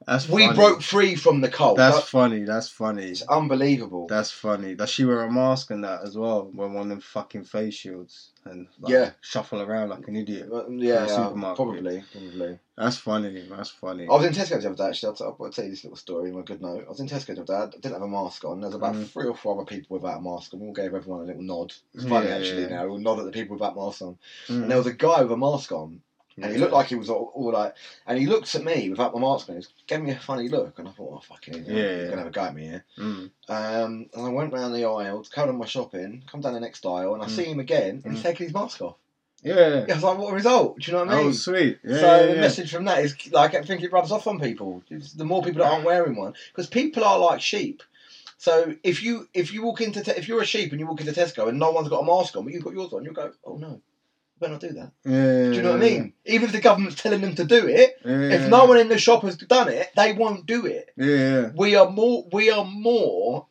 Speaker 2: That's
Speaker 1: We
Speaker 2: funny.
Speaker 1: broke free from the cult.
Speaker 2: That's
Speaker 1: That-
Speaker 2: funny. That's funny.
Speaker 1: it's unbelievable.
Speaker 2: That's funny. That she wear a mask and that as well. Wear one of them fucking face shields and like,
Speaker 1: Yeah.
Speaker 2: shuffle around like an idiot.
Speaker 1: Well, mm, Yeah,
Speaker 2: the
Speaker 1: yeah,
Speaker 2: supermarket.
Speaker 1: probably, probably.
Speaker 2: That's funny. That's funny.
Speaker 1: I was in Tesco the other day. Actually, I'll, t- I'll tell you this little story. on a good note. I was in Tesco the other day. I didn't have a mask on. There's about
Speaker 2: Mm.
Speaker 1: three or four other people without a mask, and we all gave everyone a little nod. It's funny
Speaker 2: Yeah,
Speaker 1: actually.
Speaker 2: yeah.
Speaker 1: Now we'll nod at the people without masks on.
Speaker 2: Mm.
Speaker 1: And there was a guy with a mask on, and he
Speaker 2: Yeah.
Speaker 1: looked like he was all, all like, and he looked at me without my mask on. He was- gave me a funny look, and I thought, oh fucking, idiot.
Speaker 2: Yeah,
Speaker 1: he's
Speaker 2: yeah.
Speaker 1: gonna have a go at me here.
Speaker 2: Mm.
Speaker 1: Um, and I went round the aisle, carried on my shopping, come down the next aisle, and I
Speaker 2: Mm.
Speaker 1: see him again, and he's
Speaker 2: Mm.
Speaker 1: taking his mask off.
Speaker 2: Yeah.
Speaker 1: I was like, what a result? Do you know what I mean?
Speaker 2: Oh, sweet. Yeah,
Speaker 1: so
Speaker 2: yeah,
Speaker 1: the
Speaker 2: yeah.
Speaker 1: message from that is like I think it rubs off on people. It's the more people that aren't wearing one, because people are like sheep. So if you if you walk into te- if you're a sheep and you walk into Tesco and no one's got a mask on, but you've got yours on, you go, oh no, better not do that.
Speaker 2: Yeah,
Speaker 1: Do you know what I mean? Even if the government's telling them to do it, if no one in the shop has done it, they won't do it.
Speaker 2: Yeah, yeah.
Speaker 1: We are more we are more,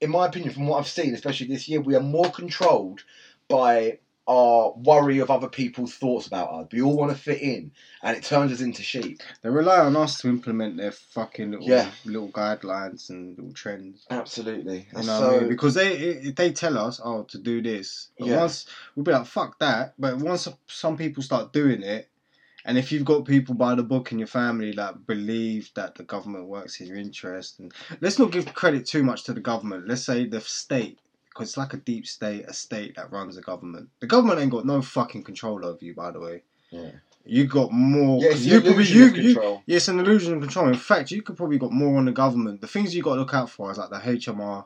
Speaker 1: in my opinion, from what I've seen, especially this year, we are more controlled by our worry of other people's thoughts about us. We all want to fit in, and it turns us into sheep.
Speaker 2: They rely on us to implement their fucking little,
Speaker 1: Yeah.
Speaker 2: little guidelines and little trends.
Speaker 1: Absolutely.
Speaker 2: You know
Speaker 1: so,
Speaker 2: what I mean? Because they i- i- they tell us, oh, to do this. But
Speaker 1: Yeah.
Speaker 2: once we'll be like, fuck that. But once some people start doing it, and if you've got people by the book in your family that believe that the government works in your interest, and let's not give credit too much to the government. Let's say the state, because it's like a deep state, a state that runs the government. The government ain't got no fucking control over you, by the way.
Speaker 1: Yeah.
Speaker 2: You got more.
Speaker 1: yeah, it's
Speaker 2: you
Speaker 1: you,
Speaker 2: could be
Speaker 1: you,
Speaker 2: you, you
Speaker 1: control.
Speaker 2: yeah, it's an illusion of control. In fact, you could probably got more on the government. The things you got to look out for is like the HMR,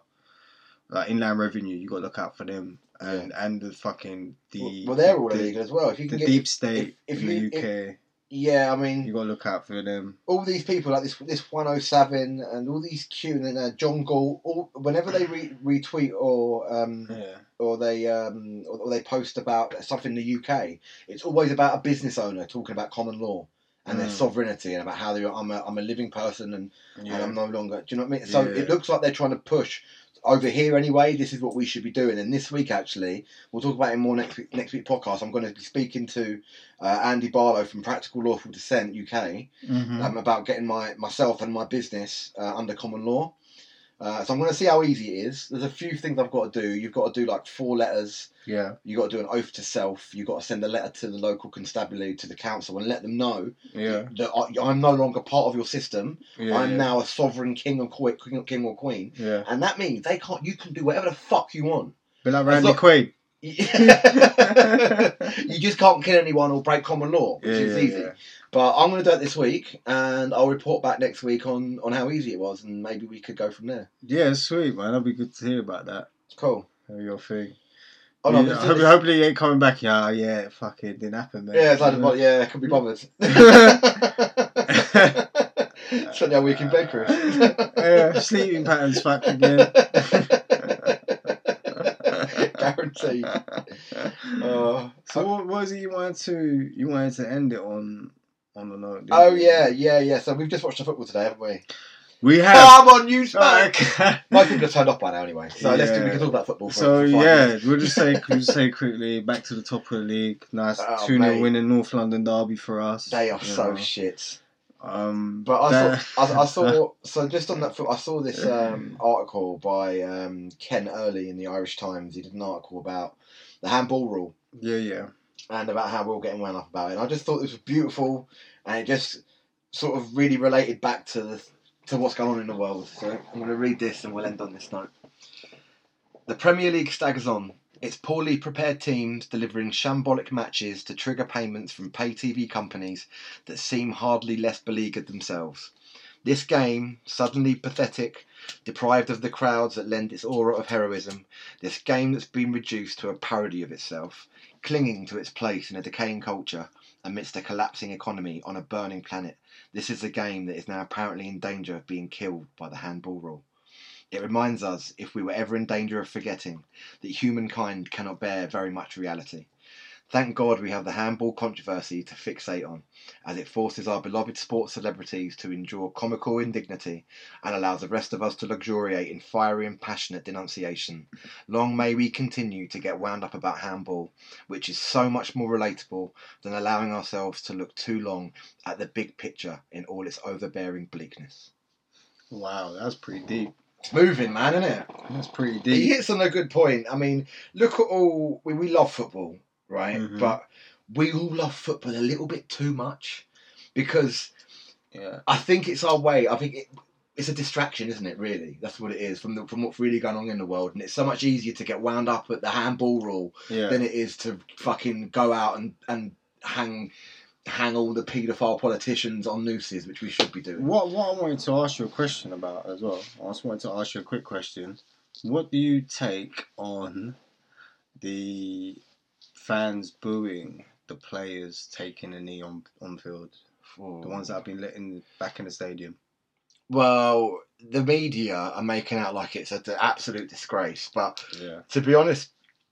Speaker 2: like inland revenue. You got to look out for them, and and the fucking the
Speaker 1: well, they're all
Speaker 2: the,
Speaker 1: illegal as well. If you
Speaker 2: the
Speaker 1: can get,
Speaker 2: deep state
Speaker 1: if- if
Speaker 2: in
Speaker 1: you-
Speaker 2: the UK.
Speaker 1: yeah, I
Speaker 2: you
Speaker 1: mean,
Speaker 2: got to look out for them.
Speaker 1: all these people like this, this one hundred seven, and all these Q and then uh, John Gall. All whenever they re- retweet or um,
Speaker 2: Yeah,
Speaker 1: or they um, or, or they post about something in the UK, it's always about a business owner talking about common law and their
Speaker 2: Mm.
Speaker 1: sovereignty and about how they are, I'm a, I'm a living person and, and I'm no longer. Do you know what I mean? So
Speaker 2: Yeah.
Speaker 1: it looks like they're trying to push over here anyway. This is what we should be doing. And this week, actually, we'll talk about it more next week, next week podcast. I'm going to be speaking to uh, Andy Barlow from Practical Lawful Dissent UK
Speaker 2: Mhm.
Speaker 1: um, about getting my myself and my business uh, under common law. Uh, so I'm going to see how easy it is. There's a few things I've got to do. You've got to do like four letters
Speaker 2: yeah.
Speaker 1: you got to do an oath to self. You got to send a letter to the local constabulary, to the council, and let them know
Speaker 2: Yeah.
Speaker 1: that I, I'm no longer part of your system.
Speaker 2: Yeah.
Speaker 1: I'm
Speaker 2: yeah.
Speaker 1: now a sovereign king or queen, king, king or queen,
Speaker 2: Yeah.
Speaker 1: and that means they can't. You can do whatever the fuck you want.
Speaker 2: Be like Randy
Speaker 1: not-
Speaker 2: Quaid.
Speaker 1: you just can't kill anyone or break common law, which is easy. But I'm going to do it this week, and I'll report back next week on on how easy it was, and maybe we could go from there.
Speaker 2: Yeah, sweet man. That'd be good to hear about that.
Speaker 1: Cool.
Speaker 2: Your thing.
Speaker 1: Oh no,
Speaker 2: yeah,
Speaker 1: this-
Speaker 2: hope-
Speaker 1: this-
Speaker 2: hopefully you ain't coming back. Yeah, oh, yeah, fuck it, didn't happen, man.
Speaker 1: Yeah, it's like, well, yeah, I can be bothered. Spend our week in bed, Chris.
Speaker 2: yeah, sleeping patterns fucked again.
Speaker 1: Guaranteed. Oh.
Speaker 2: so what was it you wanted to you wanted to end it on on the note? didn't
Speaker 1: oh
Speaker 2: you?
Speaker 1: yeah, Oh, yeah, yeah. So we've just watched the football today, haven't we?
Speaker 2: we have.
Speaker 1: Come on, you smack!
Speaker 2: Oh, Okay.
Speaker 1: Most people have turned off by now, anyway. So let's do, we
Speaker 2: Yeah.
Speaker 1: can talk about football. For,
Speaker 2: So
Speaker 1: for five
Speaker 2: yeah,
Speaker 1: minutes.
Speaker 2: we'll just say we'll just say quickly back to the top of the league. Nice two
Speaker 1: Oh,
Speaker 2: 0
Speaker 1: mate.
Speaker 2: win in North London derby for us.
Speaker 1: they are
Speaker 2: you
Speaker 1: so
Speaker 2: know.
Speaker 1: shit.
Speaker 2: um,
Speaker 1: But I
Speaker 2: that-
Speaker 1: saw, I, I saw, so just on that, foot- I saw this um, article by um, Ken Early in the Irish Times. He did an article about the handball rule.
Speaker 2: yeah, yeah,
Speaker 1: and about how we are getting wound up about it. And I just thought this was beautiful, and it just sort of really related back to the, to what's going on in the world. So I'm going to read this, and we'll end on this note. The Premier League staggers on. Its poorly prepared teams delivering shambolic matches to trigger payments from pay TV companies that seem hardly less beleaguered themselves. This game, suddenly pathetic, deprived of the crowds that lend its aura of heroism, this game that's been reduced to a parody of itself, clinging to its place in a decaying culture amidst a collapsing economy on a burning planet. This is a game that is now apparently in danger of being killed by the handball rule. It reminds us, if we were ever in danger of forgetting, that humankind cannot bear very much reality. Thank God we have the handball controversy to fixate on, as it forces our beloved sports celebrities to endure comical indignity and allows the rest of us to luxuriate in fiery and passionate denunciation. Long may we continue to get wound up about handball which is so much more relatable than allowing ourselves to look too long at the big picture in all its overbearing bleakness.
Speaker 2: wow, that's pretty deep.
Speaker 1: It's moving, man, isn't it?
Speaker 2: That's pretty
Speaker 1: He
Speaker 2: deep.
Speaker 1: hits on a good point. I mean, look at all we, we love football, right?
Speaker 2: Mhm.
Speaker 1: But we all love football a little bit too much because
Speaker 2: Yeah,
Speaker 1: I think it's our way. I think it, it's a distraction, isn't it? Really, that's what it is from the, from what's really going on in the world. And it's so much easier to get wound up at the handball rule
Speaker 2: yeah.
Speaker 1: than it is to fucking go out and, and hang hang all the paedophile politicians on nooses, which we should be doing.
Speaker 2: What what I wanted to ask you a question about as well. I just wanted to ask you a quick question. What do you take on the fans booing the players taking a knee on on field? The ones that have been letting back in the stadium.
Speaker 1: Well, the media are making out like it's an absolute disgrace, but
Speaker 2: Yeah.
Speaker 1: to be honest,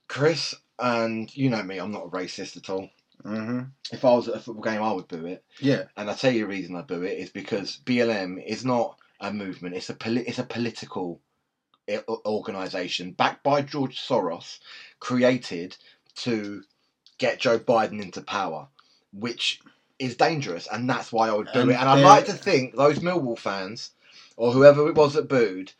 Speaker 1: Chris, and you know me, I'm not a racist at all.
Speaker 2: Mm-hmm.
Speaker 1: If I was at a football game, I would boo it.
Speaker 2: Yeah.
Speaker 1: And I tell you the reason I boo it is because BLM is not a movement; it's a poli- it's a political i- organization backed by George Soros, created to get Joe Biden into power, which is dangerous, and that's why I would boo
Speaker 2: And
Speaker 1: it. And I'd
Speaker 2: they're-
Speaker 1: like to think those Millwall fans, or whoever it was that booed.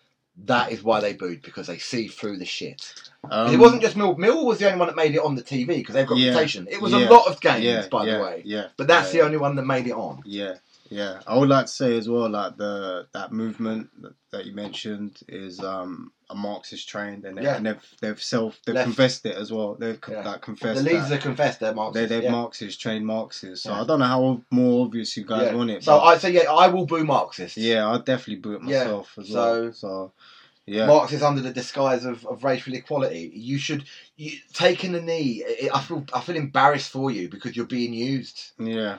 Speaker 1: That is why they booed because they see through the shit.
Speaker 2: Um,
Speaker 1: it wasn't just Mill. Millwall was the only one that made it on the TV because they've got
Speaker 2: Yeah.
Speaker 1: reputation. It was a
Speaker 2: Yeah.
Speaker 1: lot of games,
Speaker 2: Um, yeah,
Speaker 1: by
Speaker 2: yeah,
Speaker 1: the way,
Speaker 2: Yeah.
Speaker 1: but that's
Speaker 2: yeah,
Speaker 1: the only one that made it on.
Speaker 2: Yeah. Yeah. I would like to say as well, like the that movement that, that you mentioned is um a Marxist trained and, they,
Speaker 1: Yeah.
Speaker 2: and they've they've self they've
Speaker 1: Left.
Speaker 2: confessed it as well. They've con-
Speaker 1: Yeah.
Speaker 2: like confessed
Speaker 1: the
Speaker 2: that.
Speaker 1: leaders have confessed they're
Speaker 2: They,
Speaker 1: Marxists.
Speaker 2: they're
Speaker 1: yeah.
Speaker 2: Marxists, trained Marxists. So
Speaker 1: Yeah.
Speaker 2: I don't know how more obvious you guys
Speaker 1: Yeah.
Speaker 2: want it.
Speaker 1: So
Speaker 2: but
Speaker 1: I so yeah, I will boo Marxists.
Speaker 2: yeah, I definitely boot it
Speaker 1: Yeah,
Speaker 2: myself as
Speaker 1: so-
Speaker 2: well. So yeah,
Speaker 1: Marxists under the disguise of, of racial equality. You should you, taking the knee. It, I feel I feel embarrassed for you because you're being used.
Speaker 2: yeah,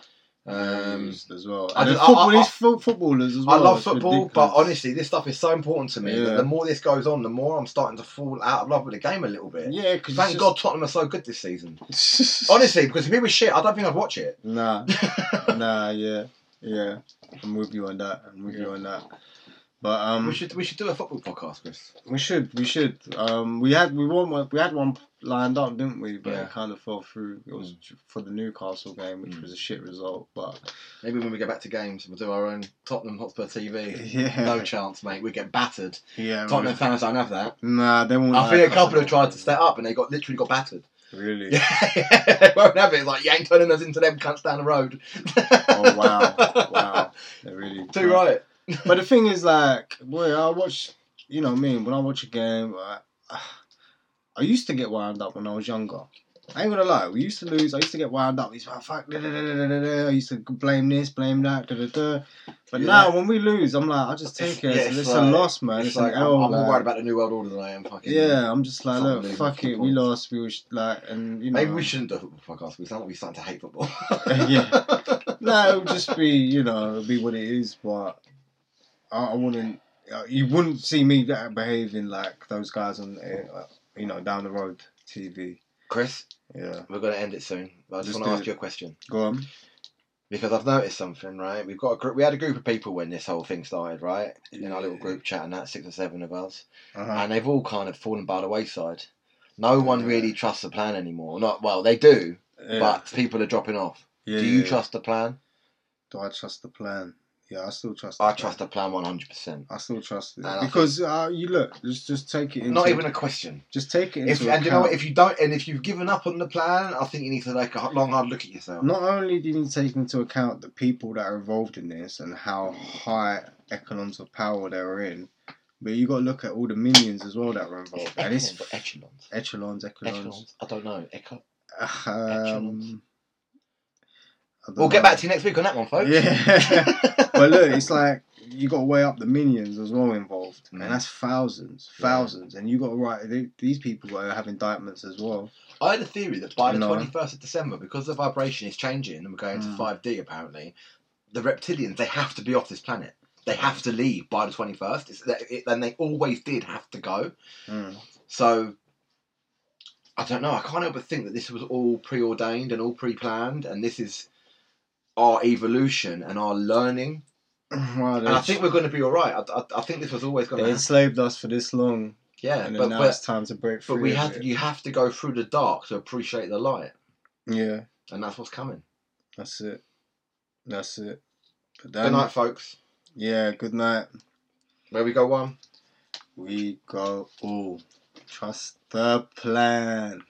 Speaker 1: Um,
Speaker 2: used as well.
Speaker 1: I
Speaker 2: And the
Speaker 1: just- I- I-
Speaker 2: football- these fo- footballers as well.
Speaker 1: I love
Speaker 2: it's
Speaker 1: football, but
Speaker 2: ridiculous.
Speaker 1: honestly, this stuff is so important to me that
Speaker 2: Yeah.
Speaker 1: the more this goes on, the more I'm starting to fall out of love with the game a little bit.
Speaker 2: yeah, because
Speaker 1: Thank God Tottenham are so good this season.
Speaker 2: Just...
Speaker 1: Honestly, because if it was shit, I don't think I'd watch it.
Speaker 2: Nah, nah, yeah, yeah. I'm with you on that. I'm with you on that. But um,
Speaker 1: we should we should do a football podcast, Chris.
Speaker 2: We should, we should. Um, we had we won one, we had one lined up, didn't we? But
Speaker 1: Yeah.
Speaker 2: it kind of fell through. It was for the Newcastle game, which
Speaker 1: Mm.
Speaker 2: was a shit result. But
Speaker 1: Maybe when we go back to games, we'll do our own Tottenham Hotspur TV.
Speaker 2: yeah,
Speaker 1: No chance, mate. We get battered.
Speaker 2: yeah.
Speaker 1: Tottenham fans don't have that.
Speaker 2: we- Nah, they won't.
Speaker 1: I
Speaker 2: like
Speaker 1: think a
Speaker 2: us.
Speaker 1: couple have tried to step up and they got literally got battered.
Speaker 2: Really?
Speaker 1: Yeah, they won't have it. Like you ain't turning us into them cunts down the road.
Speaker 2: Oh wow, wow. They really.
Speaker 1: Too right.
Speaker 2: But the thing is, like, boy, I watch. You know, what I mean, when I watch a game, I, I used to get wound up when I was younger. I ain't gonna lie, we used to lose. I used to get wound up. It's like, fuck, da, da, da, da, da, da. I used to blame this, blame that, da, da, da. But
Speaker 1: Yeah.
Speaker 2: now when we lose, I'm like, I just take it.
Speaker 1: Yeah,
Speaker 2: it's
Speaker 1: it's
Speaker 2: a
Speaker 1: like-
Speaker 2: loss, man. It's,
Speaker 1: It's like,
Speaker 2: an
Speaker 1: I'm,
Speaker 2: L,
Speaker 1: I'm more
Speaker 2: like-
Speaker 1: worried about the new world order than I am fucking.
Speaker 2: yeah, I'm just like, look,
Speaker 1: Something
Speaker 2: fuck it, we
Speaker 1: football.
Speaker 2: lost. We was like, and you know,
Speaker 1: Maybe we shouldn't do a football podcast. We sound like we starting to hate football.
Speaker 2: Yeah. no, it would just be, you know, it would be what it is, but I, I wouldn't, uh, you wouldn't see me that behaving like those guys on, uh, you know, down the road TV.
Speaker 1: Chris,
Speaker 2: Yeah.
Speaker 1: we're gonna end it soon. But I just
Speaker 2: Let's
Speaker 1: want to
Speaker 2: do
Speaker 1: ask
Speaker 2: it.
Speaker 1: you a question
Speaker 2: Go on.
Speaker 1: because I've noticed something. Right, we've got a group. We had a group of people when this whole thing started. Right, in our little group chat and that six or seven of us,
Speaker 2: Uh-huh.
Speaker 1: and they've all kind of fallen by the wayside. No one
Speaker 2: Yeah.
Speaker 1: really trusts the plan anymore. Not well, they do,
Speaker 2: Yeah.
Speaker 1: but people are dropping off.
Speaker 2: Yeah,
Speaker 1: do you
Speaker 2: yeah.
Speaker 1: trust the plan?
Speaker 2: Do I trust the plan? Yeah, I still trust the
Speaker 1: I
Speaker 2: plan.
Speaker 1: trust the plan one hundred percent.
Speaker 2: I still trust it.
Speaker 1: And I think-
Speaker 2: because uh, you look, just, just take it into.
Speaker 1: Not even a question.
Speaker 2: Just take it into.
Speaker 1: If, and you know what,
Speaker 2: account.
Speaker 1: if you don't, and if you've given up on the plan, I think you need to take a h- long, hard look at yourself.
Speaker 2: Not only do you need to take into account the people that are involved in this and how high echelons of power they're in, but you got to look at all the minions as well that were involved. And it's
Speaker 1: Echelons, echelons.
Speaker 2: echelons, echelons.
Speaker 1: Echelons. I don't know. Echelons.
Speaker 2: Um, I don't
Speaker 1: We'll get
Speaker 2: know.
Speaker 1: back to you next week on that one, folks.
Speaker 2: Yeah, but look, it's like you got to weigh up the minions as well involved,
Speaker 1: Mm.
Speaker 2: and that's thousands,
Speaker 1: Yeah.
Speaker 2: thousands, and you got to write they, these people got to have indictments as well.
Speaker 1: I had a theory that by the
Speaker 2: No.
Speaker 1: 21st of December, because the vibration is changing and we're going to
Speaker 2: Mm.
Speaker 1: 5D apparently, the reptilians, they have to be off this planet. They have to leave by the 21st. It's, that- it, and they always did have to go.
Speaker 2: Mm.
Speaker 1: So, I don't know. I can't help but think that this was all preordained and all pre planned, and this is our evolution and our learning.
Speaker 2: Wow,
Speaker 1: And I think we're going to be all right. I, I, I think this was always going
Speaker 2: they
Speaker 1: to happen.
Speaker 2: enslaved us for this long,
Speaker 1: Yeah,
Speaker 2: and then
Speaker 1: but,
Speaker 2: now
Speaker 1: but
Speaker 2: it's time to break
Speaker 1: But
Speaker 2: free.
Speaker 1: we
Speaker 2: of
Speaker 1: have
Speaker 2: it.
Speaker 1: you have to go through the dark to appreciate the light,
Speaker 2: Yeah,
Speaker 1: and that's what's coming.
Speaker 2: that's it. That's it. But
Speaker 1: Good
Speaker 2: then,
Speaker 1: night, folks.
Speaker 2: yeah, good night.
Speaker 1: Where um? we go, one.
Speaker 2: We go all. Trust the plan.